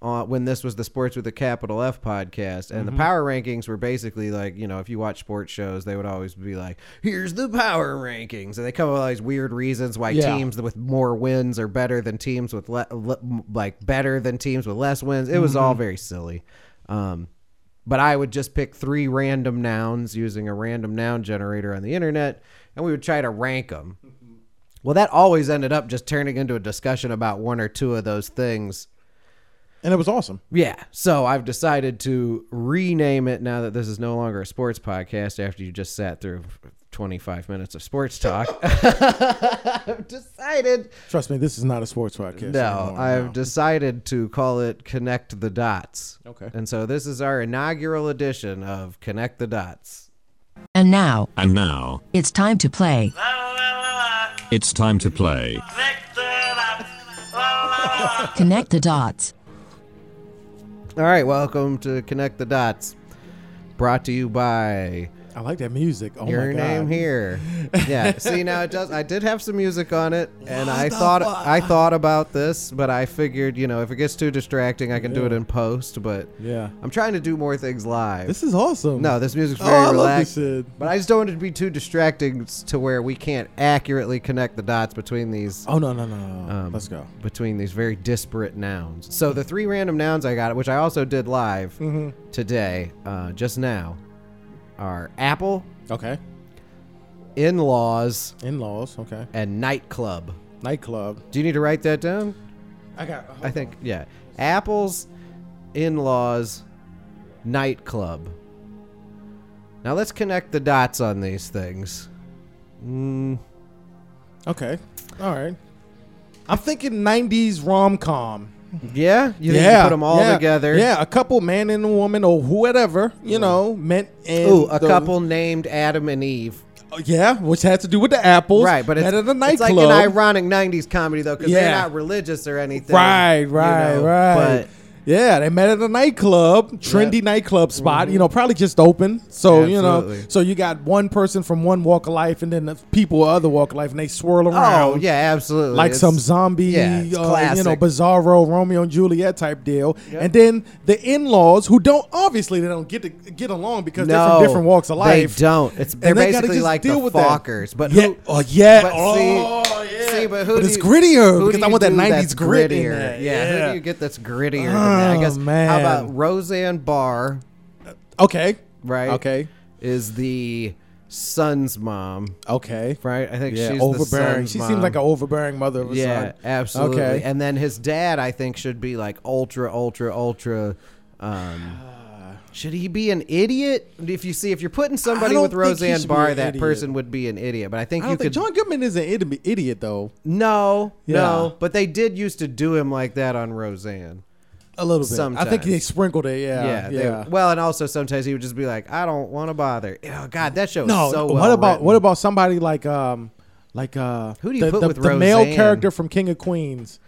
Speaker 4: Uh, when this was the Sports with a Capital F podcast, and the power rankings were basically like, you know, if you watch sports shows, they would always be like, here's the power rankings. And they come up with all these weird reasons why
Speaker 5: Yeah.
Speaker 4: teams with more wins are better than teams with, le- le- like, better than teams with less wins. It was all very silly. Um, but I would just pick three random nouns using a random noun generator on the internet, and we would try to rank them. Well, that always ended up just turning into a discussion about one or two of those things.
Speaker 5: And it was awesome.
Speaker 4: Yeah. So I've decided to rename it now that this is no longer a sports podcast after you just sat through 25 minutes of sports talk. I've decided.
Speaker 5: Trust me, this is not a sports podcast.
Speaker 4: No,
Speaker 5: anymore,
Speaker 4: I've
Speaker 5: no.
Speaker 4: decided to call it Connect the Dots.
Speaker 5: Okay.
Speaker 4: And so this is our inaugural edition of Connect the Dots.
Speaker 2: And now,
Speaker 6: And now,
Speaker 2: it's time to play.
Speaker 6: it's time to play.
Speaker 2: Connect the dots.
Speaker 4: All right, welcome to Connect the Dots, brought to you by
Speaker 5: I like that music. Oh
Speaker 4: Your
Speaker 5: my
Speaker 4: name
Speaker 5: God. [laughs]
Speaker 4: here. Yeah. See now it does. I did have some music on it, and I thought I thought about this, but I figured you know if it gets too distracting, I can do it in post. But
Speaker 5: Yeah.
Speaker 4: I'm trying to do more things live.
Speaker 5: This is awesome.
Speaker 4: no, this music's
Speaker 5: Oh,
Speaker 4: very
Speaker 5: I love this
Speaker 4: relaxed.
Speaker 5: shit.
Speaker 4: But I just don't want it to be too distracting s- to where we can't accurately connect the dots between these
Speaker 5: Oh no no no. no.
Speaker 4: Um,
Speaker 5: Let's go.
Speaker 4: between these very disparate nouns. So the three random nouns I got, which I also did live
Speaker 5: Mm-hmm.
Speaker 4: today, uh, just now, are apple,
Speaker 5: Okay.
Speaker 4: in-laws,
Speaker 5: In laws. Okay.
Speaker 4: and nightclub.
Speaker 5: Nightclub.
Speaker 4: Do you need to write that down?
Speaker 5: I got.
Speaker 4: I think yeah. Apples, in-laws, nightclub. Now let's connect the dots on these things.
Speaker 5: Okay. All right. I'm thinking '90s rom com.
Speaker 4: Yeah, you need
Speaker 5: yeah.
Speaker 4: to put them all
Speaker 5: yeah,
Speaker 4: together. Mm.
Speaker 5: Yeah, a couple, man and a woman, or whatever. You know, meant and
Speaker 4: Ooh, a
Speaker 5: the-
Speaker 4: couple named Adam and Eve.
Speaker 5: Oh, Yeah, which has to do with the apples.
Speaker 4: Right, but it's,
Speaker 5: met at a
Speaker 4: it's
Speaker 5: nightclub.
Speaker 4: like an ironic '90s comedy though, because they're
Speaker 5: Yeah.
Speaker 4: not religious or anything.
Speaker 5: Right,
Speaker 4: you
Speaker 5: right,
Speaker 4: know,
Speaker 5: right.
Speaker 4: But
Speaker 5: yeah, they met at a nightclub, trendy nightclub spot. You know, probably just open. So you know,
Speaker 4: Mm-hmm. Absolutely.
Speaker 5: so you got one person from one walk of life, and then the people of other walk of life, and they swirl around.
Speaker 4: oh yeah, absolutely.
Speaker 5: like
Speaker 4: It's-
Speaker 5: some zombie,
Speaker 4: yeah, it's
Speaker 5: uh, you know,
Speaker 4: classic.
Speaker 5: bizarro Romeo and Juliet type deal. And then the in-laws who don't obviously they don't get to get along because they're
Speaker 4: No,
Speaker 5: from different walks of life.
Speaker 4: They don't. It's
Speaker 5: And
Speaker 4: they're
Speaker 5: they gotta
Speaker 4: basically
Speaker 5: just
Speaker 4: like
Speaker 5: deal
Speaker 4: the
Speaker 5: with that.
Speaker 4: Fockers, but
Speaker 5: yeah,
Speaker 4: who,
Speaker 5: oh yeah,
Speaker 4: but
Speaker 5: oh
Speaker 4: see,
Speaker 5: yeah.
Speaker 4: see, but who? do
Speaker 5: it's
Speaker 4: you-
Speaker 5: grittier
Speaker 4: who
Speaker 5: because
Speaker 4: do
Speaker 5: I
Speaker 4: you
Speaker 5: want that
Speaker 4: do
Speaker 5: '90s grit in
Speaker 4: grittier?
Speaker 5: there.
Speaker 4: Yeah, Who do you get that's grittier? than that? I
Speaker 5: Oh,
Speaker 4: guess. How
Speaker 5: man.
Speaker 4: about Roseanne Barr?
Speaker 5: Okay.
Speaker 4: Right.
Speaker 5: Okay.
Speaker 4: Is the son's mom?
Speaker 5: Okay.
Speaker 4: Right. I think
Speaker 5: Yeah.
Speaker 4: she's
Speaker 5: overbearing.
Speaker 4: The son's
Speaker 5: She
Speaker 4: mom.
Speaker 5: seems like an overbearing mother of a
Speaker 4: yeah,
Speaker 5: son.
Speaker 4: absolutely.
Speaker 5: Okay.
Speaker 4: And then his dad, I think, should be like ultra, ultra, ultra.
Speaker 5: [sighs]
Speaker 4: Um, should he be an idiot? If you see, if you're putting somebody
Speaker 5: don't
Speaker 4: with
Speaker 5: think he
Speaker 4: Roseanne
Speaker 5: should be
Speaker 4: Barr,
Speaker 5: an
Speaker 4: that
Speaker 5: idiot.
Speaker 4: person would be an idiot. But I think
Speaker 5: I
Speaker 4: you
Speaker 5: don't
Speaker 4: could
Speaker 5: think John Goodman is an idi- idiot though.
Speaker 4: no,
Speaker 5: Yeah.
Speaker 4: no. But they did used to do him like that on Roseanne.
Speaker 5: A little bit. I think
Speaker 4: Sometimes.
Speaker 5: they sprinkled it. Yeah.
Speaker 4: Yeah,
Speaker 5: Yeah.
Speaker 4: they- well, and also sometimes he would just be like, "I don't want to bother." Oh God, that show.
Speaker 5: no.
Speaker 4: is so
Speaker 5: what
Speaker 4: well
Speaker 5: about
Speaker 4: written.
Speaker 5: what about somebody like um like uh
Speaker 4: Who do you
Speaker 5: the,
Speaker 4: put
Speaker 5: the,
Speaker 4: with
Speaker 5: the male
Speaker 4: Roseanne?
Speaker 5: character from King of Queens,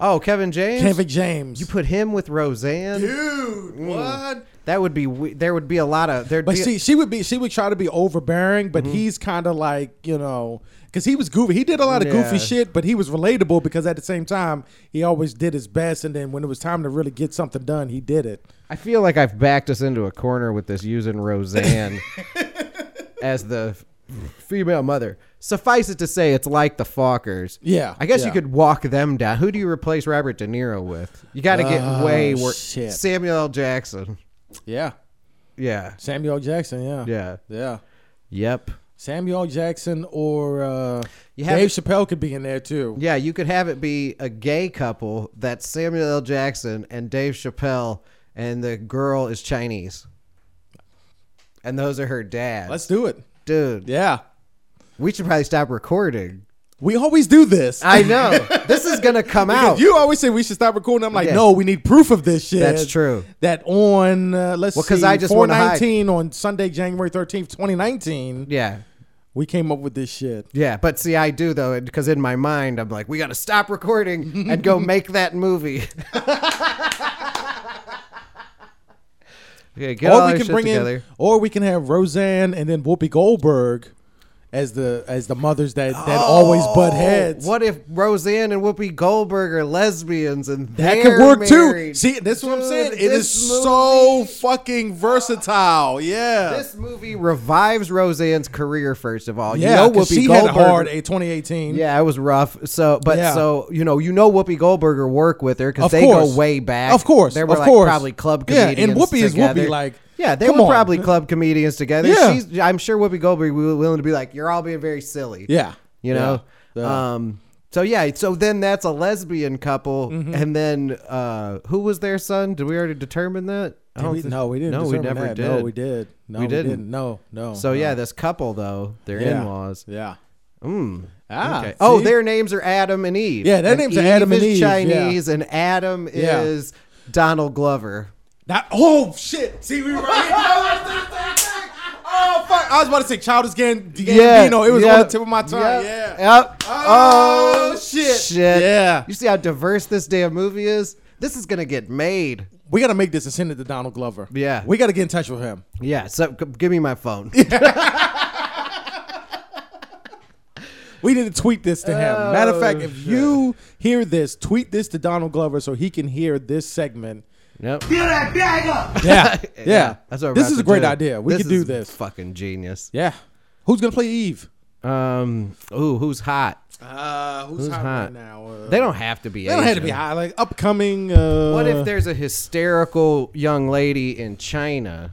Speaker 4: oh Kevin James?
Speaker 5: Kevin James?
Speaker 4: you put Mm. him with Roseanne,
Speaker 5: dude. What?
Speaker 4: That would be we- there would be a lot of there'd
Speaker 5: But
Speaker 4: be
Speaker 5: see, she would be, she would try to be overbearing, but he's kind of like, you know, because he was goofy. He did a lot of goofy
Speaker 4: Yeah.
Speaker 5: shit, but he was relatable because at the same time, he always did his best. And then when it was time to really get something done, he did it.
Speaker 4: I feel like I've backed us into a corner with this using
Speaker 5: [laughs]
Speaker 4: Roseanne as the f- female mother. Suffice it to say, it's like the Fockers.
Speaker 5: Yeah,
Speaker 4: I guess
Speaker 5: yeah.
Speaker 4: you could walk them down. Who do you replace Robert De Niro with? You got to get
Speaker 5: Oh,
Speaker 4: way worse.
Speaker 5: shit.
Speaker 4: Samuel L. Jackson.
Speaker 5: Yeah.
Speaker 4: Yeah.
Speaker 5: Samuel L. Jackson, yeah.
Speaker 4: Yeah.
Speaker 5: Yeah.
Speaker 4: Yep.
Speaker 5: Samuel L. Jackson or uh,
Speaker 4: You have-
Speaker 5: Dave Chappelle could be in there too.
Speaker 4: Yeah, you could have it be a gay couple that's Samuel L. Jackson and Dave Chappelle, and the girl is Chinese. And those are her dads.
Speaker 5: Let's do it.
Speaker 4: Dude,
Speaker 5: Yeah.
Speaker 4: we should probably stop recording.
Speaker 5: We always do this.
Speaker 4: I
Speaker 5: [laughs]
Speaker 4: know. this is going to come out.
Speaker 5: you always say we should stop recording. I'm like,
Speaker 4: Yeah.
Speaker 5: no, we need proof of this shit.
Speaker 4: That's true.
Speaker 5: That on uh, let's
Speaker 4: Well, 'cause
Speaker 5: see,
Speaker 4: I just wanna hide.
Speaker 5: 419 on Sunday, January 13th, 2019.
Speaker 4: yeah.
Speaker 5: We came up with this shit.
Speaker 4: Yeah, but see, I do though, because in my mind, I'm like, we got to stop recording and
Speaker 5: [laughs]
Speaker 4: go make that movie. okay, get all
Speaker 5: or
Speaker 4: our
Speaker 5: we can
Speaker 4: shit
Speaker 5: bring
Speaker 4: together.
Speaker 5: in, or we can have Roseanne and then Whoopi Goldberg as the as the mothers that that always butt heads.
Speaker 4: Oh, What if Roseanne and Whoopi Goldberg are lesbians and
Speaker 5: That
Speaker 4: they're
Speaker 5: could work too.
Speaker 4: married?
Speaker 5: See, that's what I'm
Speaker 4: Dude,
Speaker 5: saying. It
Speaker 4: this
Speaker 5: is so fucking versatile. Yeah.
Speaker 4: This movie revives Roseanne's career. First of all,
Speaker 5: yeah,
Speaker 4: you know
Speaker 5: 'cause
Speaker 4: Whoopi
Speaker 5: she
Speaker 4: Goldberg.
Speaker 5: had a hard a 2018.
Speaker 4: yeah, it was rough. So, but
Speaker 5: Yeah.
Speaker 4: so you know, you know Whoopi Goldberg will work with her because
Speaker 5: Of
Speaker 4: they
Speaker 5: course.
Speaker 4: go way back.
Speaker 5: Of course,
Speaker 4: they were
Speaker 5: of
Speaker 4: like
Speaker 5: course.
Speaker 4: probably club
Speaker 5: Yeah, and
Speaker 4: comedians.
Speaker 5: Whoopi is Whoopi,
Speaker 4: together.
Speaker 5: like,
Speaker 4: yeah, they
Speaker 5: come
Speaker 4: were
Speaker 5: on.
Speaker 4: probably club comedians together.
Speaker 5: Yeah.
Speaker 4: She's, I'm sure Whoopi Goldberg will be willing to be like, you're all being very silly.
Speaker 5: Yeah.
Speaker 4: you know
Speaker 5: Yeah. Yeah.
Speaker 4: um so yeah so then that's a lesbian couple
Speaker 5: Mm-hmm.
Speaker 4: and then uh who was their son did we already determine that I
Speaker 5: Did
Speaker 4: don't
Speaker 5: we-
Speaker 4: think-
Speaker 5: no, we didn't.
Speaker 4: no we
Speaker 5: determine
Speaker 4: never
Speaker 5: that.
Speaker 4: did
Speaker 5: No, we did. No,
Speaker 4: We
Speaker 5: we,
Speaker 4: didn't.
Speaker 5: didn't. No, no.
Speaker 4: so
Speaker 5: no.
Speaker 4: yeah this couple though their
Speaker 5: Yeah.
Speaker 4: in-laws
Speaker 5: Yeah. Ah.
Speaker 4: Okay. Oh,
Speaker 5: see?
Speaker 4: their names are Adam and Eve.
Speaker 5: Yeah, their
Speaker 4: And
Speaker 5: names are Adam and
Speaker 4: is
Speaker 5: Eve, yeah.
Speaker 4: Chinese, and Adam
Speaker 5: Yeah.
Speaker 4: is Donald Glover.
Speaker 5: That, oh shit! See, we were. [laughs] oh fuck! I was about to say Childish Gan- Gambino. it was on the
Speaker 4: yep,
Speaker 5: tip of my tongue.
Speaker 4: yep, Ah.
Speaker 5: Yeah.
Speaker 4: Yep.
Speaker 5: Oh, shit.
Speaker 4: Shit.
Speaker 5: Yeah.
Speaker 4: You see how diverse this damn movie is? This is gonna get made.
Speaker 5: we got to make this and send it to Donald Glover.
Speaker 4: Yeah.
Speaker 5: we got to get in touch with him.
Speaker 4: Yeah, so g- give me my [laughs] phone.
Speaker 5: We need to tweet this to him. Matter of
Speaker 4: Oh,
Speaker 5: fact, if you hear this, tweet this to Donald Glover so he can hear this segment.
Speaker 4: Yep. [laughs]
Speaker 5: Yeah, yeah.
Speaker 4: That's what we're
Speaker 5: this
Speaker 4: about
Speaker 5: is a
Speaker 4: to
Speaker 5: great
Speaker 4: do.
Speaker 5: idea. We could do
Speaker 4: is
Speaker 5: this.
Speaker 4: Fucking genius.
Speaker 5: yeah. Who's gonna play Eve?
Speaker 4: Um. Ooh, who's hot?
Speaker 5: Uh, who's,
Speaker 4: hot right hot?
Speaker 5: now? Uh,
Speaker 4: They don't have to be.
Speaker 5: They don't have to be high. Like upcoming. Uh,
Speaker 4: What if there's a hysterical young lady in China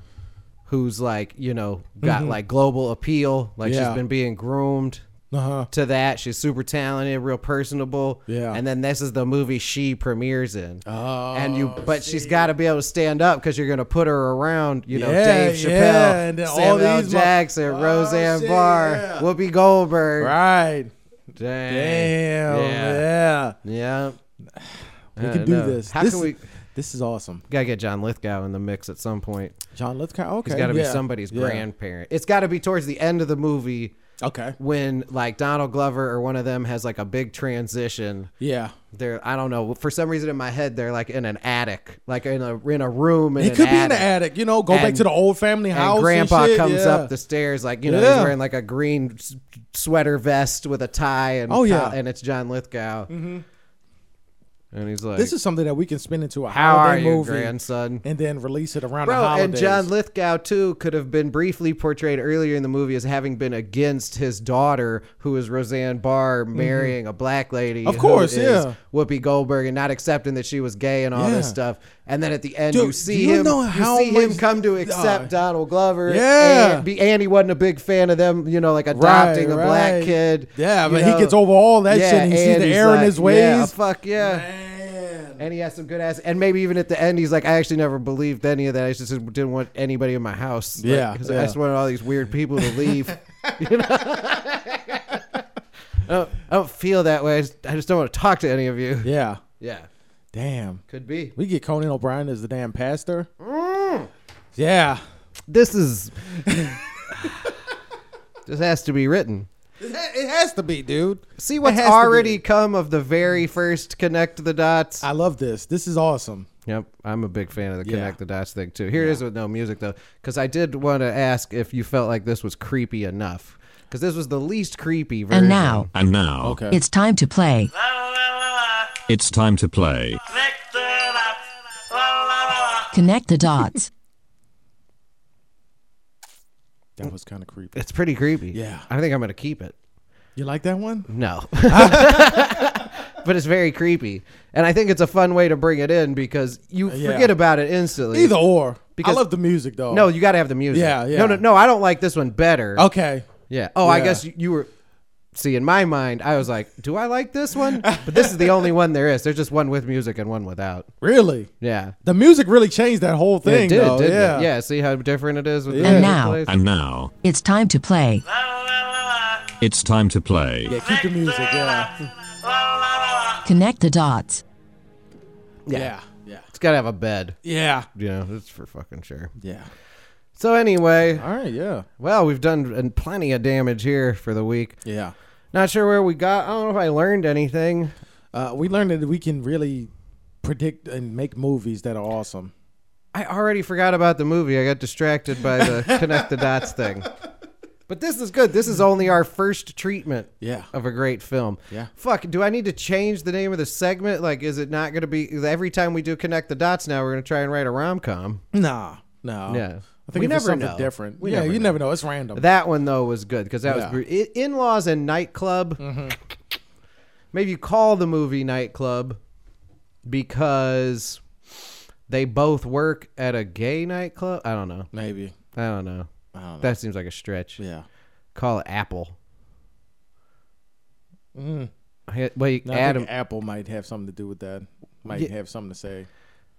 Speaker 4: who's like, you know, got like global appeal, like
Speaker 5: Mm-hmm. Yeah.
Speaker 4: she's been being groomed
Speaker 5: Uh-huh.
Speaker 4: to that. She's super talented, real personable.
Speaker 5: Yeah.
Speaker 4: And then this is the movie she premieres in. Oh. And you but she's got to be able to stand up cuz you're going to put her around, you know,
Speaker 5: Yeah,
Speaker 4: Dave
Speaker 5: yeah,
Speaker 4: Chappelle,
Speaker 5: and then all
Speaker 4: Samuel L.
Speaker 5: these mo-
Speaker 4: Jackson,
Speaker 5: Oh,
Speaker 4: Roseanne
Speaker 5: shit,
Speaker 4: Barr,
Speaker 5: yeah.
Speaker 4: Whoopi Goldberg.
Speaker 5: Right.
Speaker 4: Dang.
Speaker 5: Damn.
Speaker 4: Yeah.
Speaker 5: Yeah.
Speaker 4: Yeah.
Speaker 5: We can do this.
Speaker 4: How
Speaker 5: this,
Speaker 4: can we
Speaker 5: This is awesome.
Speaker 4: Gotta get John Lithgow in the mix at some point.
Speaker 5: John Lithgow. Okay.
Speaker 4: It's gotta be
Speaker 5: yeah,
Speaker 4: somebody's
Speaker 5: yeah.
Speaker 4: grandparent. It's gotta be towards the end of the movie
Speaker 5: Okay.
Speaker 4: when like Donald Glover or one of them has like a big transition.
Speaker 5: Yeah.
Speaker 4: They're I don't know. For some reason in my head they're like in an attic. Like in a in a room in
Speaker 5: It
Speaker 4: an
Speaker 5: could
Speaker 4: attic.
Speaker 5: be in the attic. You know, go back
Speaker 4: And-
Speaker 5: to the old family house.
Speaker 4: And grandpa
Speaker 5: shit,
Speaker 4: comes
Speaker 5: yeah.
Speaker 4: up the stairs like, you know,
Speaker 5: Yeah.
Speaker 4: he's wearing like a green s- sweater vest with a tie and
Speaker 5: Oh, yeah.
Speaker 4: co- and it's John Lithgow. Mm-hmm. And he's like
Speaker 5: This is something that we can spin into a
Speaker 4: How are
Speaker 5: holiday
Speaker 4: you,
Speaker 5: movie,
Speaker 4: grandson?
Speaker 5: and then release it around the
Speaker 4: Bro,
Speaker 5: holidays.
Speaker 4: and John Lithgow too could have been briefly portrayed earlier in the movie as having been against his daughter, who is Roseanne Barr marrying a black lady,
Speaker 5: Mm-hmm. Of
Speaker 4: who
Speaker 5: course,
Speaker 4: is
Speaker 5: yeah.
Speaker 4: Whoopi Goldberg, and not accepting that she was gay and all
Speaker 5: Yeah.
Speaker 4: this stuff. And then at the end,
Speaker 5: Dude,
Speaker 4: you
Speaker 5: do
Speaker 4: see
Speaker 5: you
Speaker 4: him,
Speaker 5: know how
Speaker 4: you see him
Speaker 5: much-
Speaker 4: come to accept
Speaker 5: uh,
Speaker 4: Donald Glover.
Speaker 5: yeah.
Speaker 4: and, be, and he wasn't a big fan of them, you know, like adopting a black
Speaker 5: right.
Speaker 4: kid.
Speaker 5: Yeah,
Speaker 4: you
Speaker 5: but he gets over all that shit and he sees the
Speaker 4: he's
Speaker 5: error in his
Speaker 4: Yeah,
Speaker 5: ways.
Speaker 4: fuck yeah. And he has some good ass. And maybe even at the end, he's like, I actually never believed any of that. I just didn't want anybody in my house. Like,
Speaker 5: Yeah,
Speaker 4: 'cause
Speaker 5: yeah.
Speaker 4: I just wanted all these weird people to
Speaker 5: [laughs]
Speaker 4: leave. You know? I, don't, I don't feel that way. I just, I just don't want to talk to any of you. Yeah.
Speaker 5: Yeah. Damn.
Speaker 4: Could be.
Speaker 5: We get Conan O'Brien as the damn pastor. Mm. Yeah.
Speaker 4: This is. [laughs] this has to be written.
Speaker 5: It has to be, dude.
Speaker 4: See what's
Speaker 5: has to be.
Speaker 4: already come of the very first Connect the Dots.
Speaker 5: I love this. This is awesome.
Speaker 4: Yep, I'm a big fan of the
Speaker 5: Yeah.
Speaker 4: connect the dots thing too. Here it is with no music though, because I did want to ask if you felt like this was creepy enough, because this was the least creepy version.
Speaker 2: And now,
Speaker 6: And now,
Speaker 5: Okay.
Speaker 2: it's time to play.
Speaker 6: it's time to play.
Speaker 2: Connect the dots.
Speaker 5: [laughs] that was kind of creepy.
Speaker 4: it's pretty creepy.
Speaker 5: Yeah.
Speaker 4: I think I'm gonna keep it.
Speaker 5: You like that one? [laughs]
Speaker 4: No, [laughs] but it's very creepy, and I think it's a fun way to bring it in because you
Speaker 5: Yeah.
Speaker 4: forget about it instantly.
Speaker 5: Either or.
Speaker 4: Because-
Speaker 5: I love the music though.
Speaker 4: No, you got to have the music.
Speaker 5: Yeah, yeah.
Speaker 4: No, no, no. I don't like this one better.
Speaker 5: Okay.
Speaker 4: Yeah. Oh, I
Speaker 5: Yeah.
Speaker 4: guess you, you were. See, in my mind, I was like, "Do I like this one?" But this is the only one there is. There's just one with music and one without.
Speaker 5: Really?
Speaker 4: Yeah.
Speaker 5: The music really changed that whole thing.
Speaker 4: it did,
Speaker 5: though.
Speaker 4: didn't
Speaker 5: yeah.
Speaker 4: it? Yeah. See how different it is with
Speaker 5: Yeah.
Speaker 4: the
Speaker 2: And
Speaker 4: music
Speaker 2: now-
Speaker 4: plays?
Speaker 6: And now,
Speaker 2: It's time to play.
Speaker 6: it's time to play.
Speaker 5: Yeah, keep the music. Yeah.
Speaker 2: Connect the dots.
Speaker 5: Yeah. Yeah.
Speaker 4: it's gotta have a bed.
Speaker 5: Yeah.
Speaker 4: You know, that's for fucking sure.
Speaker 5: Yeah.
Speaker 4: So anyway,
Speaker 5: All right. Yeah.
Speaker 4: well, we've done uh, plenty of damage here for the week.
Speaker 5: Yeah.
Speaker 4: Not sure where we got. I don't know if I learned anything.
Speaker 5: Uh, we learned that we can really predict and make movies that are awesome.
Speaker 4: I already forgot about the movie. I got distracted by
Speaker 5: [laughs]
Speaker 4: the connect the dots thing. But this is good. This is only our first treatment
Speaker 5: Yeah.
Speaker 4: of a great film.
Speaker 5: Yeah.
Speaker 4: Fuck, do I need to change the name of the segment? Like, is it not going to be every time we do connect the dots now, we're going to try and write a rom com?
Speaker 5: Nah. No.
Speaker 4: Yeah.
Speaker 5: I think
Speaker 4: We
Speaker 5: if it's
Speaker 4: never
Speaker 5: something
Speaker 4: know.
Speaker 5: different.
Speaker 4: We
Speaker 5: yeah.
Speaker 4: never
Speaker 5: you
Speaker 4: know.
Speaker 5: never know. It's random.
Speaker 4: That one though was good because that
Speaker 5: Yeah. Mm-hmm.
Speaker 4: was was in laws and nightclub. Maybe you call the movie nightclub because they both work at a gay nightclub. I don't know.
Speaker 5: Maybe.
Speaker 4: I don't know.
Speaker 5: I don't know.
Speaker 4: That seems like a stretch.
Speaker 5: yeah.
Speaker 4: Call it Apple. I- Wait,
Speaker 5: Mm. No, I
Speaker 4: Adam.
Speaker 5: think Apple might have something to do with that. Might have something to say.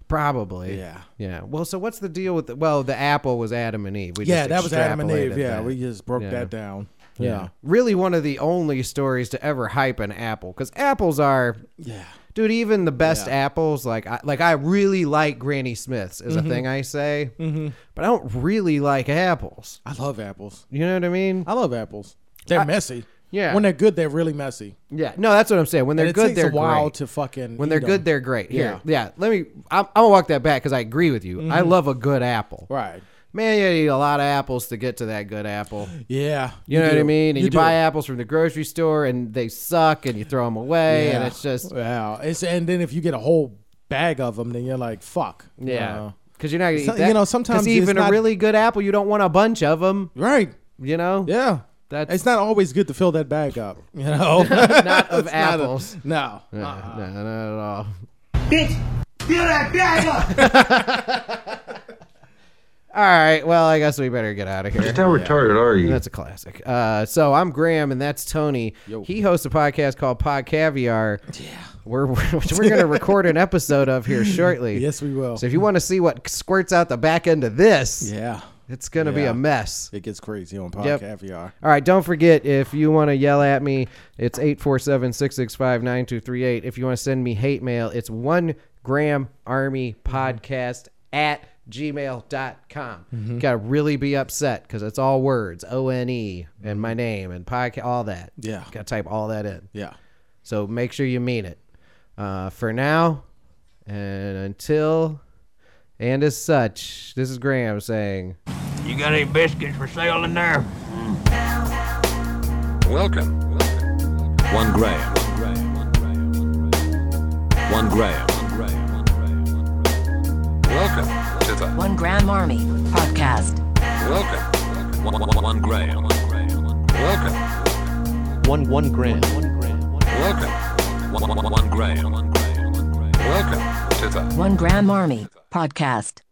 Speaker 4: Probably.
Speaker 5: Yeah.
Speaker 4: Yeah. Well, so what's the deal with the, well, the apple was Adam and Eve. We
Speaker 5: Yeah,
Speaker 4: just
Speaker 5: that was Adam and Eve.
Speaker 4: extrapolated
Speaker 5: Yeah,
Speaker 4: that.
Speaker 5: we just broke
Speaker 4: Yeah.
Speaker 5: that down. Yeah.
Speaker 4: Yeah. Really one of the only stories to ever hype an apple cuz apples are
Speaker 5: Yeah.
Speaker 4: Dude, even the best apples, like I, like I really like Granny Smith's is a thing I say, mm-hmm. but I don't really like apples.
Speaker 5: I love apples.
Speaker 4: You know what I mean?
Speaker 5: I love apples. They're messy.
Speaker 4: Yeah.
Speaker 5: When they're good, they're really messy.
Speaker 4: Yeah, no, that's what I'm saying. When they're
Speaker 5: and it
Speaker 4: good,
Speaker 5: takes
Speaker 4: they're
Speaker 5: a while
Speaker 4: great.
Speaker 5: to fucking.
Speaker 4: when they're
Speaker 5: eat 'em.
Speaker 4: good, they're great. Here,
Speaker 5: Yeah. Mm-hmm.
Speaker 4: yeah. Let me. I'm, I'm gonna walk that back because I agree with you. I love a good apple.
Speaker 5: right.
Speaker 4: Man, you gotta eat a lot of apples to get to that good apple.
Speaker 5: Yeah,
Speaker 4: You know what I
Speaker 5: do.
Speaker 4: mean? And you,
Speaker 5: do.
Speaker 4: buy apples from the grocery store, and they suck, and you throw them away, and
Speaker 5: Yeah.
Speaker 4: it's just
Speaker 5: wow. It's and then if you get a whole bag of them, then you're like, fuck.
Speaker 4: yeah.
Speaker 5: Uh,
Speaker 4: Because you're not gonna eat
Speaker 5: So-
Speaker 4: that.
Speaker 5: you know, sometimes
Speaker 4: 'Cause
Speaker 5: it's
Speaker 4: even a
Speaker 5: not-
Speaker 4: really good apple, you don't want a bunch of them.
Speaker 5: right.
Speaker 4: You know?
Speaker 5: Yeah.
Speaker 4: That's-
Speaker 5: it's not always good to fill that bag up. You know,
Speaker 4: [laughs]
Speaker 5: not [laughs]
Speaker 4: Not of apples.
Speaker 5: no.
Speaker 4: No, Uh, no, not at all. [laughs] All right. Well, I guess we better get out of here.
Speaker 7: How retarded are you?
Speaker 4: That's a classic. Uh, so I'm Graham, and that's Tony. He hosts a podcast called Pod Caviar. Yeah, we're we're, we're gonna record an episode of here shortly.
Speaker 5: [laughs] Yes, we will.
Speaker 4: So if you want to see what squirts out the back end of this,
Speaker 5: Yeah.
Speaker 4: it's gonna be
Speaker 5: Yeah.
Speaker 4: a mess.
Speaker 5: It gets crazy on Pod
Speaker 4: Yep.
Speaker 5: Caviar.
Speaker 4: All right, don't forget if you want to yell at me, it's 847-665-9238. If you want to send me hate mail, it's 1 Graham Army Podcast at gmail.com. You Got to really be upset cuz it's all words, O N E and my name and podcast all that.
Speaker 5: Yeah.
Speaker 4: Got to type all that in.
Speaker 5: Yeah.
Speaker 4: So make sure you mean it. Uh, for now and until and as such, this is Graham saying
Speaker 8: You got any biscuits for sale in there?
Speaker 6: Welcome. One Graham. One Graham. Welcome to the
Speaker 2: One Gram Army Podcast.
Speaker 6: Welcome. One, one, one Graham. Welcome.
Speaker 8: One one gram.
Speaker 6: Welcome. One, one, one Graham. Welcome to the
Speaker 2: One Gram Army Podcast.